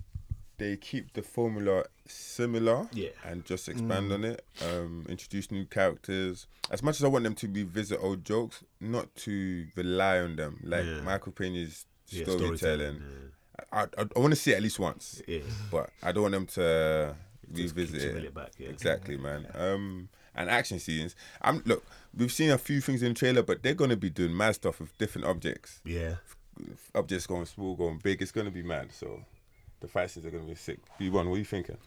[SPEAKER 4] they keep the formula similar,
[SPEAKER 5] Yeah. Mm.
[SPEAKER 4] and just expand on it. Um, introduce new characters. As much as I want them to revisit old jokes, not to rely on them. Like
[SPEAKER 5] Yeah.
[SPEAKER 4] Michael Pena's
[SPEAKER 5] Yeah,
[SPEAKER 4] storytelling.
[SPEAKER 5] storytelling,
[SPEAKER 4] I I, I want to see it at least once,
[SPEAKER 5] yeah.
[SPEAKER 4] but I don't want them to
[SPEAKER 5] Just keep
[SPEAKER 4] revisit
[SPEAKER 5] chipping
[SPEAKER 4] it.
[SPEAKER 5] it back, yeah.
[SPEAKER 4] Exactly, man. Um, and action scenes. I'm look. We've seen a few things in the trailer, but they're gonna be doing mad stuff with different objects
[SPEAKER 5] yeah.
[SPEAKER 4] up just going small, going big. It's going to be mad. So the fight scenes are going to be sick. B1, what are you thinking?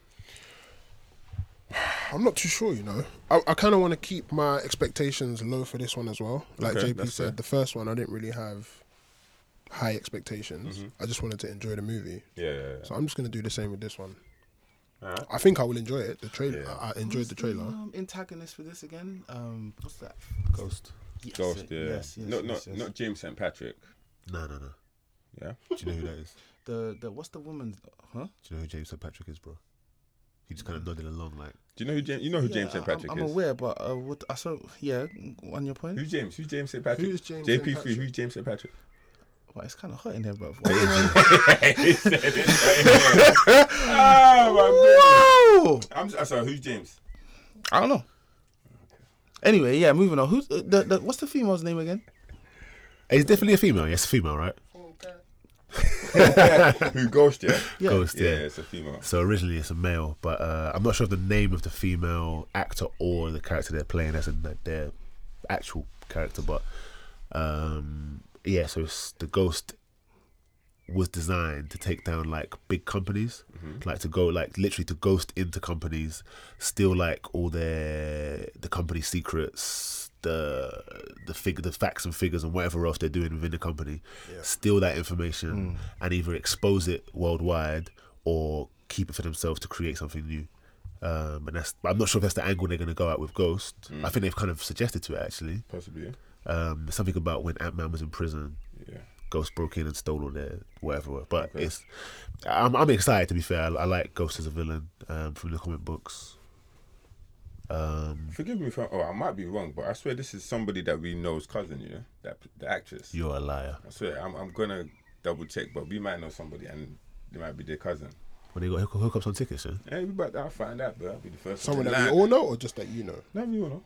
[SPEAKER 3] I'm not too sure, you know. I, I kind of want to keep my expectations low for this one as well. Like
[SPEAKER 4] Okay,
[SPEAKER 3] JP
[SPEAKER 4] that's
[SPEAKER 3] said,
[SPEAKER 4] fair.
[SPEAKER 3] the first one I didn't really have high expectations. I just wanted to enjoy the movie.
[SPEAKER 4] Yeah, yeah, yeah.
[SPEAKER 3] So I'm just gonna do the same with this one.
[SPEAKER 4] Alright.
[SPEAKER 3] I think I will enjoy it. The trailer,
[SPEAKER 4] Yeah.
[SPEAKER 3] I I enjoyed the trailer.
[SPEAKER 6] Um, antagonist for this again. Um, what's that?
[SPEAKER 5] Ghost.
[SPEAKER 6] Yes,
[SPEAKER 4] Ghost, yeah.
[SPEAKER 6] Yes, yes,
[SPEAKER 4] not, not,
[SPEAKER 6] yes, yes.
[SPEAKER 4] not James St. Patrick.
[SPEAKER 5] No, no, no.
[SPEAKER 4] Yeah.
[SPEAKER 5] Do you know who that is?
[SPEAKER 6] the the what's the woman? Huh?
[SPEAKER 5] Do you know who James St. Patrick is, bro? He just kind of nodded along, like,
[SPEAKER 4] Do you know who James? You know who James
[SPEAKER 6] Yeah,
[SPEAKER 4] St. Patrick
[SPEAKER 6] I'm,
[SPEAKER 4] is? Hmm?
[SPEAKER 6] I'm aware, but uh, what I saw. Yeah, on your point.
[SPEAKER 4] Who's James? Who's James St. Patrick?
[SPEAKER 3] Who is James St.
[SPEAKER 4] JP3,
[SPEAKER 3] Patrick?
[SPEAKER 4] who's James St. Patrick?
[SPEAKER 6] Well, it's kind of hot in there, bro.
[SPEAKER 4] oh, my goodness. I'm, I'm sorry, who's James?
[SPEAKER 6] I don't know. Anyway, yeah, moving on. Who's uh, the, the what's the female's name again?
[SPEAKER 5] it's definitely a female. Yes, female, right?
[SPEAKER 4] Who Ghost, yeah?
[SPEAKER 6] Yeah.
[SPEAKER 5] Ghost,
[SPEAKER 4] Yeah,
[SPEAKER 5] yeah.
[SPEAKER 4] it's a female.
[SPEAKER 5] So originally it's a male, but uh, I'm not sure of the name of the female actor or the character they're playing as in like, their actual character. But um, yeah, so it's, the ghost was designed to take down like big companies, like to go like literally to ghost into companies, steal like all their the company secrets, the the fig the facts and figures and whatever else they're doing within the company, steal that information and either expose it worldwide or keep it for themselves to create something new. Um, and that's I'm not sure if that's the angle they're going to go out with Ghost. I think they've kind of suggested to it actually.
[SPEAKER 4] Possibly, yeah.
[SPEAKER 5] Um, something about when Ant Man was in prison,
[SPEAKER 4] Yeah.
[SPEAKER 5] Ghost broke in and stole all their whatever. But it's, I'm, I'm excited to be fair. I, I like Ghost as a villain um, from the comic books. Um,
[SPEAKER 4] Forgive me if I, oh, I might be wrong, but I swear this is somebody that we know's cousin, you know? That, the actress.
[SPEAKER 5] You're a liar.
[SPEAKER 4] I swear, I'm, I'm going to double check, but we might know somebody and it might be their cousin.
[SPEAKER 5] When they got hook- hookups on tickets, yeah.
[SPEAKER 4] Hey, we about I'll find out, but I'll be the first
[SPEAKER 3] Someone
[SPEAKER 4] one.
[SPEAKER 3] that we all know, or just that you know.
[SPEAKER 4] No, we all know.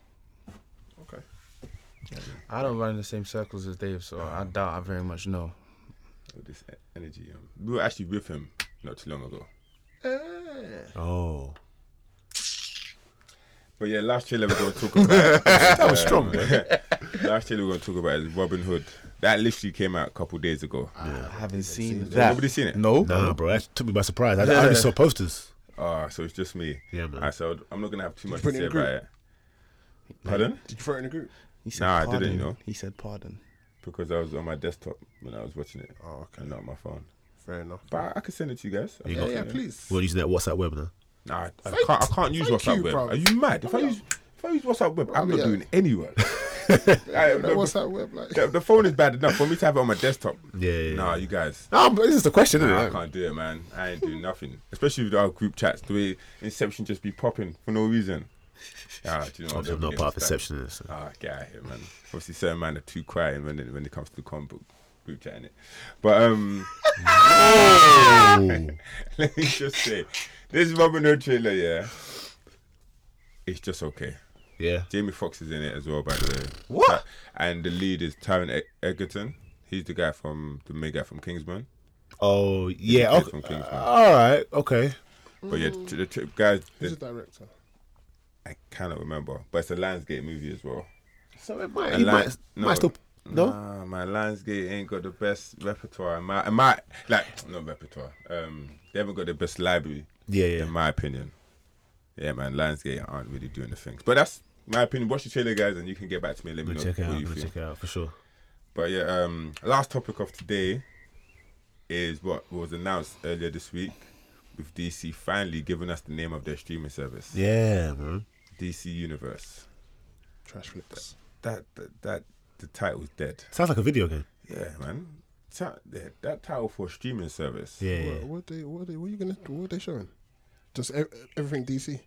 [SPEAKER 4] Okay.
[SPEAKER 6] I don't run in the same circles as Dave, so I doubt I very much know.
[SPEAKER 4] Oh, this e- energy. Um, we were actually with him not too long ago.
[SPEAKER 5] Oh,
[SPEAKER 4] But yeah, last trailer we're going to talk about. that was
[SPEAKER 5] strong,
[SPEAKER 4] last trailer we're going to talk about is Robin Hood. That literally came out a couple days ago.
[SPEAKER 3] Ah,
[SPEAKER 6] I haven't seen that.
[SPEAKER 4] Nobody seen it?
[SPEAKER 6] No.
[SPEAKER 5] nah, bro, that took me by surprise. I, I only saw posters.
[SPEAKER 4] Ah, so it's just me.
[SPEAKER 5] Yeah, man.
[SPEAKER 4] Alright, so I'm not gonna have too much
[SPEAKER 3] put
[SPEAKER 4] to
[SPEAKER 3] it
[SPEAKER 4] say
[SPEAKER 3] in the
[SPEAKER 4] about it. Pardon?
[SPEAKER 3] Did you throw it in the group?
[SPEAKER 6] He said
[SPEAKER 4] Nah, I
[SPEAKER 6] pardon.
[SPEAKER 4] didn't, you know.
[SPEAKER 6] He said pardon.
[SPEAKER 4] Because I was on my desktop when I was watching it.
[SPEAKER 3] Oh, okay.
[SPEAKER 4] And not on my phone.
[SPEAKER 3] Fair enough.
[SPEAKER 4] But I, I could send it to you guys.
[SPEAKER 5] You
[SPEAKER 4] I
[SPEAKER 5] got-
[SPEAKER 4] can
[SPEAKER 3] yeah,
[SPEAKER 4] send it.
[SPEAKER 3] please.
[SPEAKER 5] We're using that WhatsApp web now.
[SPEAKER 4] Nah, I, I can't. I can't use
[SPEAKER 3] thank
[SPEAKER 4] WhatsApp
[SPEAKER 3] you,
[SPEAKER 4] Web.
[SPEAKER 3] bro. Oh,
[SPEAKER 4] Are you mad? If I use, if I use WhatsApp Web, I'm not
[SPEAKER 3] yeah.
[SPEAKER 4] doing any work. Like, the-
[SPEAKER 3] What's that web like?
[SPEAKER 4] The, the phone is bad enough for me to have it on my desktop.
[SPEAKER 5] Yeah, yeah,
[SPEAKER 4] Nah,
[SPEAKER 5] yeah.
[SPEAKER 4] you guys.
[SPEAKER 5] No, but this is the question,
[SPEAKER 4] Nah, I can't do it, man. I ain't doing nothing. Especially with our group chats, the way Inception just be popping for no reason. Ah, do you know what?
[SPEAKER 5] I'm
[SPEAKER 4] Don't
[SPEAKER 5] not
[SPEAKER 4] get
[SPEAKER 5] part of
[SPEAKER 4] me started.
[SPEAKER 5] perception. so.
[SPEAKER 4] Ah, get out of here, man. Obviously, certain man are too quiet when it, when it comes to the comic book group chat, it. But um, let me just say, this Robin Hood trailer, yeah, it's just okay.
[SPEAKER 5] Yeah.
[SPEAKER 4] Jamie Foxx is in it as well, by the way. What? And the lead is Taron Eg- Egerton. He's the guy from the main guy from Kingsman.
[SPEAKER 5] Oh, yeah.
[SPEAKER 4] He's
[SPEAKER 5] Okay.
[SPEAKER 4] from Kingsman.
[SPEAKER 5] All right. Okay.
[SPEAKER 4] But yeah, the, the guys,
[SPEAKER 3] Who's
[SPEAKER 4] the,
[SPEAKER 3] the director?
[SPEAKER 4] I cannot remember, but it's a Lionsgate movie as well.
[SPEAKER 5] So it might.
[SPEAKER 4] And
[SPEAKER 5] You
[SPEAKER 4] Lion-
[SPEAKER 5] might, might still. No.
[SPEAKER 4] Nah, man, Lionsgate ain't got the best repertoire. In my, in my, like, not repertoire. Um, they haven't got the best library.
[SPEAKER 5] Yeah, yeah.
[SPEAKER 4] In my opinion, yeah, man, Lionsgate aren't really doing the things. But that's my opinion. Watch the trailer, guys, and you can get back to me. and Let me
[SPEAKER 5] I'm
[SPEAKER 4] know
[SPEAKER 5] gonna check it out.
[SPEAKER 4] what
[SPEAKER 5] I'm
[SPEAKER 4] you
[SPEAKER 5] gonna
[SPEAKER 4] think.
[SPEAKER 5] check it out for sure.
[SPEAKER 4] But yeah, um, last topic of today is what was announced earlier this week with DC finally giving us the name of their streaming service,
[SPEAKER 5] Yeah, man.
[SPEAKER 4] DC Universe.
[SPEAKER 3] Trash flips.
[SPEAKER 4] That that, that the title's dead.
[SPEAKER 5] Sounds like a video game.
[SPEAKER 4] Yeah, man. Ta- yeah, that title for a streaming service.
[SPEAKER 5] Yeah. yeah.
[SPEAKER 3] What, what they? What they? What are you gonna? What are they showing? Just ev- everything DC.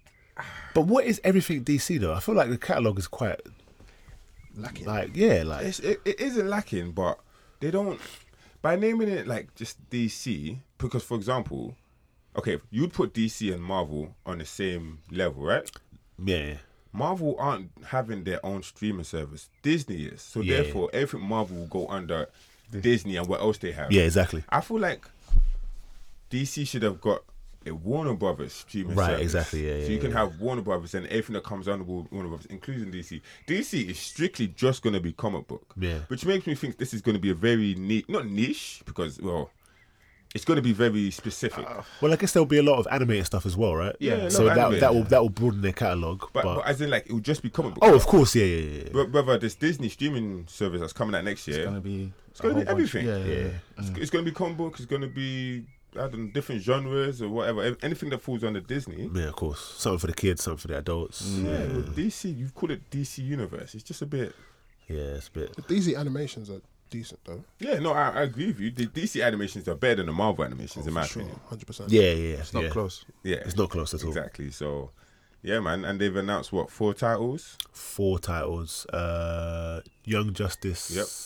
[SPEAKER 5] But what is everything DC though? I feel like the catalog is quite
[SPEAKER 3] Lacking.
[SPEAKER 5] like yeah, like
[SPEAKER 4] It's, it, it isn't lacking, but they don't by naming it like just DC because, for example, okay, you'd put DC and Marvel on the same level, right?
[SPEAKER 5] yeah,
[SPEAKER 4] Marvel aren't having their own streaming service. Disney is. So
[SPEAKER 5] Yeah.
[SPEAKER 4] therefore everything Marvel will go under Disney and what else they have.
[SPEAKER 5] yeah, exactly.
[SPEAKER 4] I feel like DC should have got a Warner Brothers streaming
[SPEAKER 5] Right,
[SPEAKER 4] service.
[SPEAKER 5] exactly, yeah, yeah,
[SPEAKER 4] So you can
[SPEAKER 5] yeah.
[SPEAKER 4] have Warner Brothers and everything that comes under Wa- Warner Brothers, including DC. DC is strictly just going to be comic book.
[SPEAKER 5] Yeah.
[SPEAKER 4] Which makes me think this is going to be a very niche, not niche, because, well, It's going to be very specific.
[SPEAKER 5] Well, I guess there'll be a lot of animated stuff as well, right?
[SPEAKER 4] Yeah, a lot
[SPEAKER 5] So
[SPEAKER 4] of
[SPEAKER 5] that,
[SPEAKER 4] animated.
[SPEAKER 5] that will that will broaden their catalog.
[SPEAKER 4] but, but as in, like, it would just be comic book.
[SPEAKER 5] oh, of course, yeah, yeah, yeah, yeah.
[SPEAKER 4] Bro- brother, this Disney streaming service that's coming out next year.
[SPEAKER 6] It's gonna be.
[SPEAKER 4] It's gonna
[SPEAKER 6] a
[SPEAKER 4] be
[SPEAKER 6] whole bunch-
[SPEAKER 4] everything.
[SPEAKER 6] Yeah, yeah.
[SPEAKER 4] It's, it's gonna be comic book. It's gonna be I don't know, different genres or whatever. ev- Anything that falls under Disney.
[SPEAKER 5] Yeah, of course. Something for the kids, something for the adults.
[SPEAKER 4] Yeah,
[SPEAKER 5] Yeah,
[SPEAKER 4] well, DC. You call it DC Universe. It's just a bit.
[SPEAKER 5] yeah, it's a bit.
[SPEAKER 3] These animations are decent though.
[SPEAKER 4] Yeah, no, I, I agree with you. The DC animations are better than the Marvel animations, in my opinion.
[SPEAKER 3] Hundred percent.
[SPEAKER 5] Yeah, yeah, it's
[SPEAKER 6] Not close.
[SPEAKER 4] Yeah,
[SPEAKER 5] It's not close at all.
[SPEAKER 4] Exactly. So, yeah, man, and they've announced what four titles
[SPEAKER 5] Four titles: uh, Young Justice,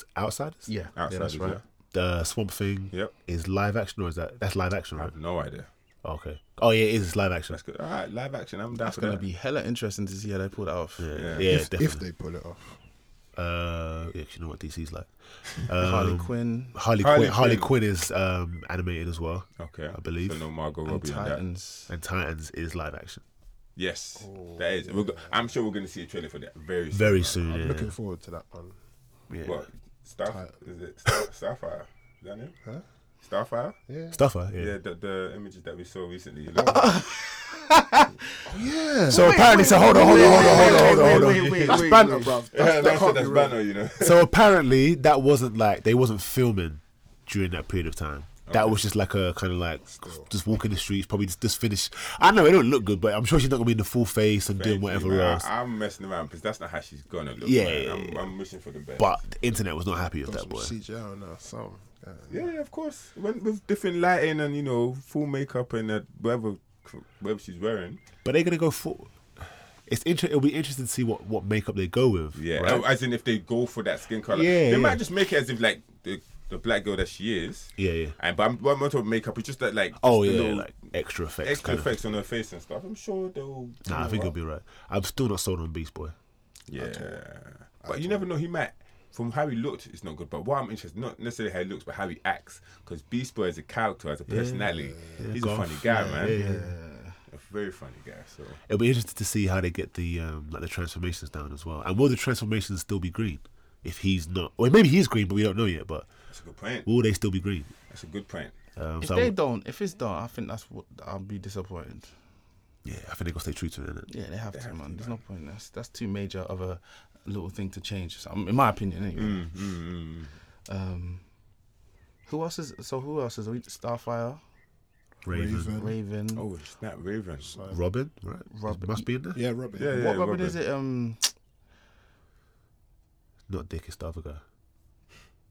[SPEAKER 4] Yep.
[SPEAKER 5] Outsiders,
[SPEAKER 6] Yeah, yeah,
[SPEAKER 4] outside
[SPEAKER 6] that's
[SPEAKER 4] of
[SPEAKER 6] right.
[SPEAKER 5] the Swamp Thing.
[SPEAKER 4] Yep.
[SPEAKER 5] Is live action or is that that's live action,
[SPEAKER 4] I
[SPEAKER 5] right?
[SPEAKER 4] have no idea.
[SPEAKER 5] Okay. Oh yeah, it is it's live action.
[SPEAKER 4] That's good. All right, live action. I'm down
[SPEAKER 6] That's
[SPEAKER 4] for
[SPEAKER 6] gonna
[SPEAKER 4] that.
[SPEAKER 6] be hella interesting to see how they pull that off.
[SPEAKER 5] Yeah,
[SPEAKER 4] Yeah.
[SPEAKER 5] yeah
[SPEAKER 3] if,
[SPEAKER 5] definitely.
[SPEAKER 3] if they pull it off.
[SPEAKER 5] Uh, yeah, 'cause you know what DC's like. Um,
[SPEAKER 4] Um,
[SPEAKER 6] Harley Quinn,
[SPEAKER 5] Harley,
[SPEAKER 4] Harley
[SPEAKER 5] Quinn, Harley
[SPEAKER 4] Quinn.
[SPEAKER 5] Quinn is um, animated as well,
[SPEAKER 4] okay,
[SPEAKER 5] I believe.
[SPEAKER 4] So no Margot
[SPEAKER 6] and
[SPEAKER 4] Robbie on that.
[SPEAKER 6] Titans.
[SPEAKER 5] and Titans is live action.
[SPEAKER 4] Yes, that is. We're go- I'm sure we're going to see a trailer for that very soon.
[SPEAKER 5] Very soon.
[SPEAKER 3] I'm
[SPEAKER 5] yeah.
[SPEAKER 3] looking forward to that one.
[SPEAKER 5] yeah.
[SPEAKER 4] What? Star- is it Star- Starfire? Is that name? Huh? Starfire? Yeah,
[SPEAKER 5] Stuffer. Yeah.
[SPEAKER 4] the, the images that we saw recently. you know?
[SPEAKER 5] So apparently, so hold on, hold on, hold on, hold on, hold on, hold on.
[SPEAKER 3] That's banter, bruv.
[SPEAKER 4] yeah,
[SPEAKER 3] That's, that
[SPEAKER 4] that's,
[SPEAKER 3] can't
[SPEAKER 4] that's
[SPEAKER 3] be right.
[SPEAKER 4] banner, you know.
[SPEAKER 5] So apparently, that wasn't like they wasn't filming during that period of time. That was just like a kind of like just walking the streets, probably just, just finish. I know it don't look good, but I'm sure she's not gonna be in the full face and doing whatever
[SPEAKER 4] Man, I-
[SPEAKER 5] else.
[SPEAKER 4] I'm messing around because that's not how she's gonna look.
[SPEAKER 5] Yeah,
[SPEAKER 4] man.
[SPEAKER 5] yeah,
[SPEAKER 4] I'm, I'm wishing for the best.
[SPEAKER 5] But the internet was not happy with that
[SPEAKER 3] Some
[SPEAKER 5] boy.
[SPEAKER 3] CGI on that song. Yeah.
[SPEAKER 4] yeah, yeah, of course, when, with different lighting and you know full makeup and uh, whatever whatever she's wearing.
[SPEAKER 5] But they're gonna go for. It's inter- It'll be interesting to see what what makeup they go with.
[SPEAKER 4] Yeah, oh,
[SPEAKER 5] right?
[SPEAKER 4] as in if they go for that skin color,
[SPEAKER 5] Yeah,
[SPEAKER 4] they
[SPEAKER 5] yeah.
[SPEAKER 4] might just make it as if like the, the black girl that she is.
[SPEAKER 5] Yeah, yeah.
[SPEAKER 4] And but I'm, what I'm not talking makeup. It's just that like
[SPEAKER 5] Oh
[SPEAKER 4] just the
[SPEAKER 5] yeah,
[SPEAKER 4] little
[SPEAKER 5] like extra effects.
[SPEAKER 4] extra
[SPEAKER 5] kind of.
[SPEAKER 4] effects on her face and stuff. I'm sure they'll.
[SPEAKER 5] Nah, I think it'll be right. I'm still not sold on Beast Boy.
[SPEAKER 4] Yeah, but you never know. He might. From how he looked, it's not good. But what I'm interested, not necessarily how he looks, but how he acts. Because Beast Boy as a character, as a personality, he's
[SPEAKER 5] Goth,
[SPEAKER 4] a funny guy,
[SPEAKER 5] yeah,
[SPEAKER 4] man.
[SPEAKER 5] yeah, yeah.
[SPEAKER 4] A very funny guy. So
[SPEAKER 5] It'll be interesting to see how they get the um, like the transformations down as well. And will the transformations still be green? If he's not, well, maybe he is green, but we don't know yet. But
[SPEAKER 4] that's a good point.
[SPEAKER 5] will they still be green?
[SPEAKER 4] That's a good point.
[SPEAKER 5] Um,
[SPEAKER 6] If
[SPEAKER 5] so I
[SPEAKER 6] they
[SPEAKER 5] would-
[SPEAKER 6] don't, if it's done, I think that's what I'll be disappointed.
[SPEAKER 5] yeah, I think they gotta stay true to it. innit?
[SPEAKER 6] Yeah, they have to, man. There's no point. That's that's too major of a little thing to change. So, um, in my opinion, anyway.
[SPEAKER 4] Mm. Mm-hmm.
[SPEAKER 6] Um, who else is so? Who else is we- Starfire,
[SPEAKER 5] Raven,
[SPEAKER 6] Raven?
[SPEAKER 4] Oh, it's not Raven.
[SPEAKER 5] Robin, right?
[SPEAKER 6] Robin.
[SPEAKER 5] must be in there.
[SPEAKER 3] Yeah, Robin.
[SPEAKER 4] Yeah, yeah,
[SPEAKER 6] what Robin, is it? Um,
[SPEAKER 5] Not Dick, it's the other guy.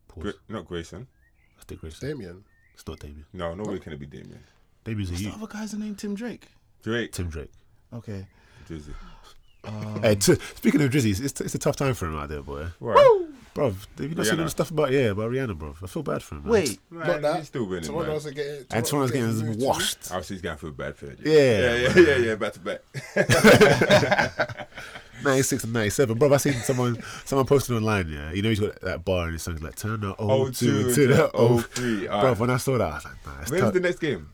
[SPEAKER 5] Pause.
[SPEAKER 4] Gra- not Grayson.
[SPEAKER 5] That's Dick Grayson.
[SPEAKER 3] Damien.
[SPEAKER 5] It's not Damien.
[SPEAKER 4] No, no way can it be Damien.
[SPEAKER 5] Damien's a
[SPEAKER 6] the
[SPEAKER 5] you.
[SPEAKER 6] other guy's the name Tim Drake.
[SPEAKER 4] Drake.
[SPEAKER 5] Tim Drake.
[SPEAKER 6] Okay,
[SPEAKER 4] Drizzy.
[SPEAKER 6] Um,
[SPEAKER 5] Hey, t- speaking of Drizzy, it's, it's a tough time for him out there, boy.
[SPEAKER 4] Right.
[SPEAKER 5] Bro, have you not seen all the
[SPEAKER 4] Rihanna.
[SPEAKER 5] stuff about yeah about Rihanna, bro? I feel bad for him. Man.
[SPEAKER 6] wait.
[SPEAKER 4] Not
[SPEAKER 3] that.
[SPEAKER 4] He's still winning,
[SPEAKER 3] Someone
[SPEAKER 4] man.
[SPEAKER 3] else is getting.
[SPEAKER 5] and Toronto's getting
[SPEAKER 3] moved to-
[SPEAKER 5] washed.
[SPEAKER 4] Oh, she's going for a bad period.
[SPEAKER 5] Yeah,
[SPEAKER 4] yeah, yeah, yeah, yeah, back to back.
[SPEAKER 5] 96 and 97. Bro, I seen someone someone posted online, yeah. You know, he's got that bar and his song's like, turn the 02
[SPEAKER 4] 02
[SPEAKER 5] to the
[SPEAKER 4] Oh, to
[SPEAKER 5] 03.
[SPEAKER 4] 03.
[SPEAKER 5] Bro,
[SPEAKER 4] Alright.
[SPEAKER 5] when I saw that, I was like, nah, it's
[SPEAKER 4] When's
[SPEAKER 5] tough.
[SPEAKER 4] the next game?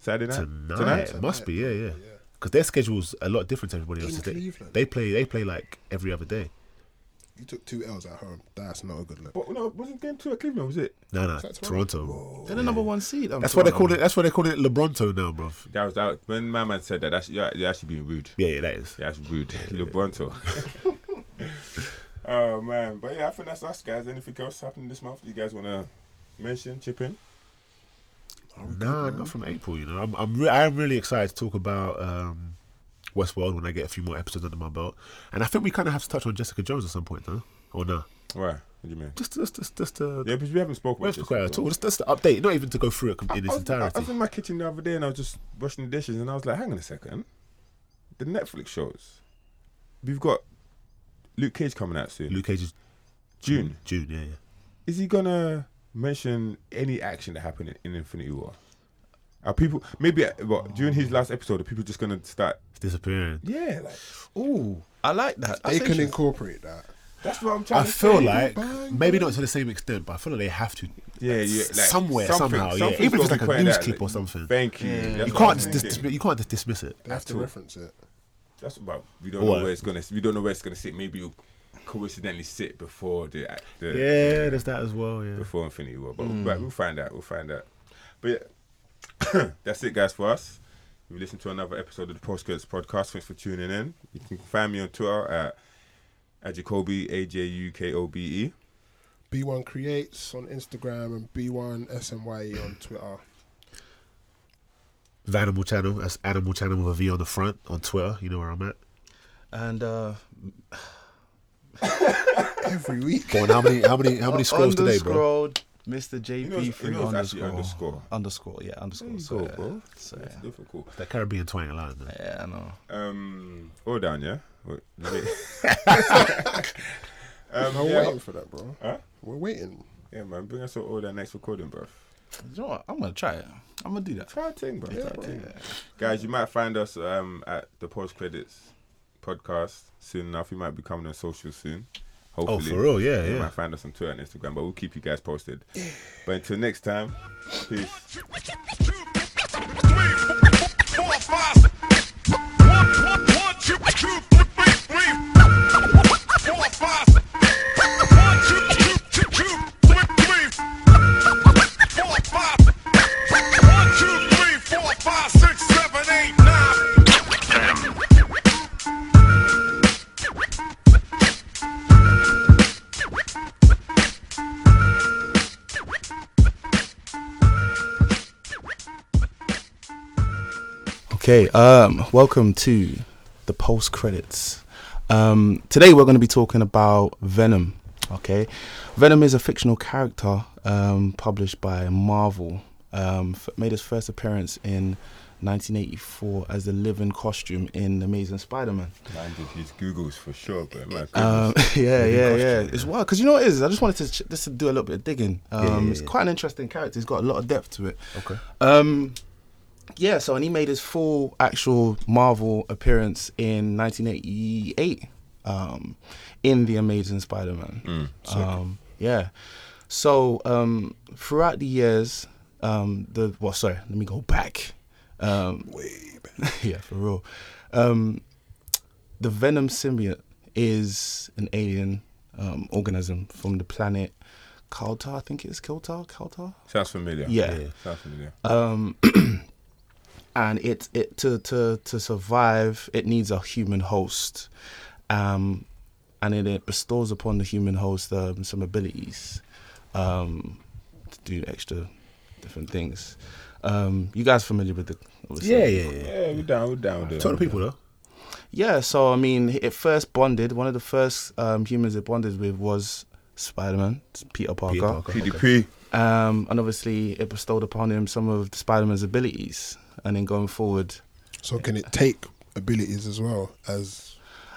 [SPEAKER 4] Saturday night.
[SPEAKER 5] Tonight. It must be, yeah, yeah. Because their schedule's a lot different to everybody else's. They,
[SPEAKER 3] Cleveland.
[SPEAKER 5] they play they play like every other day.
[SPEAKER 3] You took two L's at home. That's not a good look.
[SPEAKER 4] But no, wasn't game two at Cleveland? Was it?
[SPEAKER 5] No, no,
[SPEAKER 3] that
[SPEAKER 5] Toronto.
[SPEAKER 6] They're the number one seed. I'm
[SPEAKER 5] That's why they
[SPEAKER 6] sorry.
[SPEAKER 5] call it. That's why they call it Lebronto now, bro.
[SPEAKER 4] That was that. When my man said that, that's you're, you're actually being rude.
[SPEAKER 5] Yeah, yeah, that is.
[SPEAKER 4] Yeah, that's rude. Lebronto. oh man, but yeah, I think that's us guys. Anything else happening this month? You guys wanna mention, chip in?
[SPEAKER 5] Nah, not from April. You know, I'm I'm re- I'm really excited to talk about um, Westworld when I get a few more episodes under my belt, and I think we kind of have to touch on Jessica Jones at some point, though, or no?
[SPEAKER 4] Why? What do you mean?
[SPEAKER 5] Just just just just uh,
[SPEAKER 4] Yeah, because we haven't spoken.
[SPEAKER 5] Where's
[SPEAKER 4] about this
[SPEAKER 5] Paqueta at
[SPEAKER 4] before.
[SPEAKER 5] all? Just, just the update, not even to go through it com- in
[SPEAKER 4] I
[SPEAKER 5] its
[SPEAKER 4] was, I- I was
[SPEAKER 5] entirety.
[SPEAKER 4] in my kitchen the other day and I was just washing the dishes and I was like, hang on a second. The Netflix shows. We've got Luke Cage coming out soon.
[SPEAKER 5] Luke Cage is
[SPEAKER 4] June.
[SPEAKER 5] June, yeah, yeah.
[SPEAKER 4] Is he gonna mention any action that happened in Infinity War? Are people maybe uh, what, during his last episode? Are people just gonna start?
[SPEAKER 5] It's disappearing.
[SPEAKER 4] Yeah, like
[SPEAKER 6] Ooh, I like that. That's
[SPEAKER 3] They can
[SPEAKER 6] interesting.
[SPEAKER 3] incorporate that.
[SPEAKER 4] that's what I'm trying.
[SPEAKER 5] I
[SPEAKER 4] to
[SPEAKER 5] feel
[SPEAKER 4] say.
[SPEAKER 5] like maybe not to the same extent, but I feel like they have to.
[SPEAKER 4] yeah, yeah, like,
[SPEAKER 5] somewhere,
[SPEAKER 4] something-
[SPEAKER 5] somehow, yeah.
[SPEAKER 4] something's
[SPEAKER 5] Even if
[SPEAKER 4] gotta
[SPEAKER 5] it's like
[SPEAKER 4] be
[SPEAKER 5] a
[SPEAKER 4] pointed
[SPEAKER 5] news
[SPEAKER 4] out,
[SPEAKER 5] clip
[SPEAKER 4] like,
[SPEAKER 5] or something.
[SPEAKER 4] Thank you. That's
[SPEAKER 5] You
[SPEAKER 4] what I'm
[SPEAKER 5] can't just
[SPEAKER 4] thinking.
[SPEAKER 5] dismiss. You can't just dismiss it.
[SPEAKER 3] They have to reference it.
[SPEAKER 4] That's about we don't
[SPEAKER 5] What?
[SPEAKER 4] know where it's gonna. We don't know where it's gonna sit. Maybe you coincidentally sit before the, act- the
[SPEAKER 5] Yeah, there's that as well. Yeah.
[SPEAKER 4] before Infinity War, but, but we'll find out. We'll find out. But yeah, that's it, guys, for us. You've listened to another episode of the Postcodes Podcast. Thanks for tuning in. You can find me on Twitter at, at Jacoby, A J U K O B E.
[SPEAKER 3] B1 Creates on Instagram and B1 SMYE E on Twitter.
[SPEAKER 5] Vanimal Channel. That's Animal Channel with a V on the front on Twitter. You know where I'm at.
[SPEAKER 6] And uh,
[SPEAKER 3] Every week.
[SPEAKER 5] Go on, how many how many how many scrolls today, bro?
[SPEAKER 6] underscored Mr. JP
[SPEAKER 4] know it's- you
[SPEAKER 6] three
[SPEAKER 4] know it's actually
[SPEAKER 6] underscore.
[SPEAKER 4] underscore.
[SPEAKER 6] Underscore, yeah, underscore. So,
[SPEAKER 4] Cool,
[SPEAKER 6] yeah.
[SPEAKER 4] bro.
[SPEAKER 6] So,
[SPEAKER 4] That's
[SPEAKER 6] yeah.
[SPEAKER 4] difficult.
[SPEAKER 5] That Caribbean twang line. Man.
[SPEAKER 6] yeah, I know.
[SPEAKER 4] Um, all down, yeah? Wait, wait.
[SPEAKER 3] I'm
[SPEAKER 4] um,
[SPEAKER 3] waiting
[SPEAKER 4] yeah,
[SPEAKER 3] for that, bro.
[SPEAKER 4] Huh?
[SPEAKER 3] We're waiting.
[SPEAKER 4] yeah, man. Bring us an order next recording, bruv.
[SPEAKER 6] You know what? I'm gonna try it. I'm gonna do that.
[SPEAKER 4] Try a thing, bro. Try a thing. Guys, you might find us um, at the post credits podcast soon enough. We might be coming on social soon. Hopefully.
[SPEAKER 5] Oh, for real? Yeah,
[SPEAKER 4] You
[SPEAKER 5] yeah.
[SPEAKER 4] might find us on Twitter and Instagram, but we'll keep you guys posted. But until next time, peace.
[SPEAKER 6] Okay, um, welcome to the post credits. Um, today we're going to be talking about Venom. Okay, Venom is a fictional character um, published by Marvel. Um, f- made his first appearance in 1984 as the living costume in Amazing Spider-Man.
[SPEAKER 4] Man did his Googles for sure, but
[SPEAKER 5] Uh,
[SPEAKER 4] my
[SPEAKER 6] Um, yeah, yeah,
[SPEAKER 5] costume,
[SPEAKER 6] yeah. It's wild because you know what it is. I just wanted to ch- just to do a little bit of digging. Um,
[SPEAKER 5] yeah,
[SPEAKER 6] It's
[SPEAKER 5] yeah.
[SPEAKER 6] quite an interesting character. He's got a lot of depth to it.
[SPEAKER 5] Okay.
[SPEAKER 6] Um, yeah, so and he made his full actual Marvel appearance in 1988 um, in the Amazing Spider-Man.
[SPEAKER 5] Mm,
[SPEAKER 6] um, yeah. So um, throughout the years, um, the well, sorry, let me go back. Um, yeah, for real. Um, the Venom symbiote is an alien um, organism from the planet Kaltar. I think it's Kaltar. Kaltar.
[SPEAKER 4] Sounds familiar.
[SPEAKER 6] Yeah. Yeah.
[SPEAKER 4] Sounds familiar.
[SPEAKER 5] Uh,
[SPEAKER 6] and it it to to to survive it needs a human host um and it, it bestows upon the human host um, some abilities um to do extra different things um you guys familiar with the obviously.
[SPEAKER 5] Yeah, yeah, yeah.
[SPEAKER 4] yeah, we're down, we're down with it.
[SPEAKER 5] Tell the people though.
[SPEAKER 6] yeah so i mean it first bonded one of the first um humans it bonded with was spider-man peter parker,
[SPEAKER 5] Peter Parker.
[SPEAKER 4] PDP.
[SPEAKER 6] um and obviously it bestowed upon him some of spider-man's abilities and then going forward
[SPEAKER 3] So can it take abilities as well as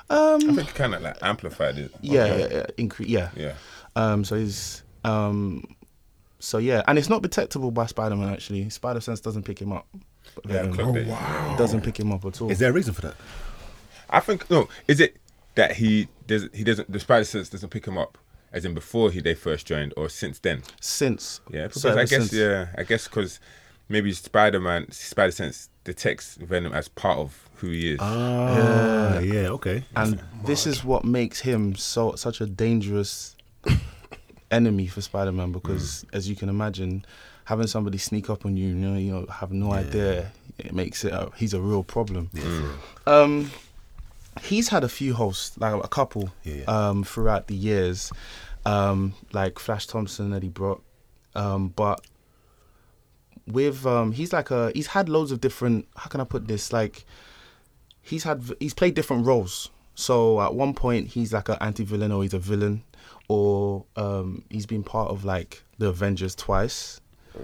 [SPEAKER 4] I think you kind of like amplified it.
[SPEAKER 6] yeah,
[SPEAKER 4] Okay.
[SPEAKER 6] yeah, incre- yeah
[SPEAKER 4] Yeah.
[SPEAKER 6] Um, so he's um, so yeah, and it's not detectable by Spider Man actually. Spider Sense doesn't pick him up.
[SPEAKER 4] Yeah, I
[SPEAKER 6] Venom
[SPEAKER 4] clocked it.
[SPEAKER 6] doesn't pick him up at all.
[SPEAKER 5] Is there a reason for that?
[SPEAKER 4] I think no. Is it that he does? He doesn't. The spider sense doesn't pick him up, as in before he they first joined, or since then.
[SPEAKER 6] since
[SPEAKER 4] Yeah, because
[SPEAKER 6] so ever
[SPEAKER 4] I guess
[SPEAKER 6] since-
[SPEAKER 4] yeah, I guess because maybe Spider Man, Spider Sense detects Venom as part of who he is.
[SPEAKER 5] Ah, yeah, okay.
[SPEAKER 6] and this is what makes him so such a dangerous enemy for Spider Man because
[SPEAKER 5] Mm.
[SPEAKER 6] as you can imagine, having somebody sneak up on you, you know, you know, have no idea, it makes it. A, he's a real problem. Um, he's had a few hosts, like a couple,
[SPEAKER 5] Yeah, yeah.
[SPEAKER 6] um, throughout the years, um, like Flash Thompson, Eddie Brock, um, but with um, he's like a he's had loads of different. How can I put this? Like he's had he's played different roles. So at one point he's like an anti-villain or he's a villain, or um, he's been part of like the Avengers twice.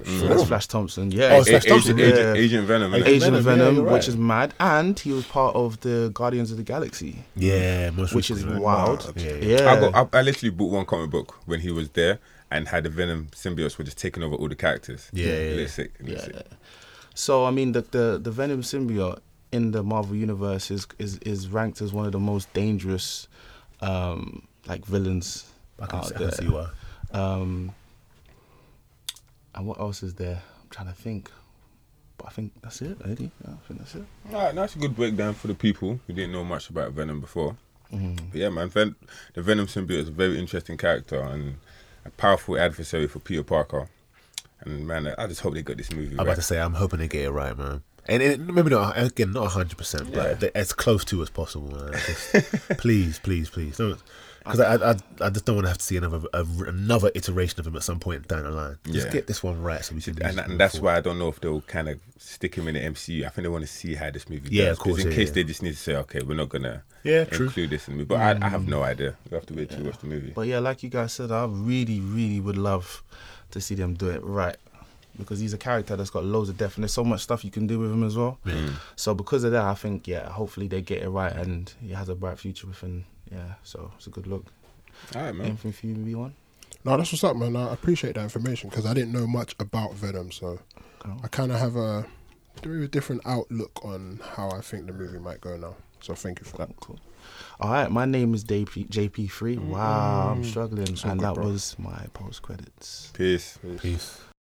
[SPEAKER 6] That's Flash Thompson. Yeah,
[SPEAKER 5] Oh, it's
[SPEAKER 4] A-
[SPEAKER 5] Flash Thompson,
[SPEAKER 4] Agent,
[SPEAKER 5] yeah.
[SPEAKER 4] Agent, Agent Venom. innit?
[SPEAKER 6] Asian
[SPEAKER 5] Venom,
[SPEAKER 6] Venom,
[SPEAKER 5] yeah, you're right.
[SPEAKER 6] which is mad, and he was part of the Guardians of the Galaxy,
[SPEAKER 5] Yeah, most
[SPEAKER 6] which is
[SPEAKER 5] recently, right?
[SPEAKER 6] wild.
[SPEAKER 5] Yeah,
[SPEAKER 6] Yeah,
[SPEAKER 5] yeah.
[SPEAKER 4] I got. I, I literally bought one comic book when he was there. And had the Venom symbiotes were just taking over all the characters.
[SPEAKER 5] Yeah, yeah, yeah.
[SPEAKER 4] Lit sick, lit
[SPEAKER 6] Yeah.
[SPEAKER 4] sick.
[SPEAKER 6] So I mean, the the, the Venom symbiote in the Marvel universe is is, is ranked as one of the most dangerous, um, like villains
[SPEAKER 5] I can,
[SPEAKER 6] out
[SPEAKER 5] I
[SPEAKER 6] there.
[SPEAKER 5] can see why.
[SPEAKER 6] Um, and what else is there? I'm trying to think. But I think that's it, really. Yeah, I think that's it.
[SPEAKER 4] All right, that's a good breakdown for the people who didn't know much about Venom before.
[SPEAKER 5] Mm.
[SPEAKER 4] But yeah, man, Ven- the Venom symbiote is a very interesting character and a powerful adversary for Peter Parker. And man, I just hope they got this movie.
[SPEAKER 5] I'm
[SPEAKER 4] right.
[SPEAKER 5] about to say, I'm hoping they get it right, man. And it, maybe not again, not 100, percent but th- as close to as possible. Man. Just, please, please, please, don't. Because I, I, I just don't want to have to see another a, another iteration of him at some point down the line. Just
[SPEAKER 4] Yeah.
[SPEAKER 5] get this one right, so we can.
[SPEAKER 4] and, and that's why I don't know if they'll kind of stick him in the MCU. I think they want to see how this movie
[SPEAKER 5] Yeah,
[SPEAKER 4] does.
[SPEAKER 5] of course,
[SPEAKER 4] 'cause In
[SPEAKER 5] yeah,
[SPEAKER 4] case
[SPEAKER 5] yeah.
[SPEAKER 4] they just need to say, okay, we're not gonna
[SPEAKER 5] Yeah, true. Mm.
[SPEAKER 4] include this in the movie. But I, I have no idea. We have to wait to watch the movie.
[SPEAKER 6] But yeah, like you guys said, I really, really would love to see them do it right. Because he's a character that's got loads of depth and there's so much stuff you can do with him as well. So because of that, I think, yeah, hopefully they get it right and he has a bright future within, yeah, so it's a good look.
[SPEAKER 4] All right, man.
[SPEAKER 6] Anything for you, V1?
[SPEAKER 3] No, that's what's up, man. I appreciate that information because I didn't know much about Venom, so I kind of have a very different outlook on how I think the movie might go now. So thank you for that.
[SPEAKER 6] Cool. All right, my name is JP, JP3. Wow, I'm struggling. and that was my post credits.
[SPEAKER 4] Peace.
[SPEAKER 5] Peace.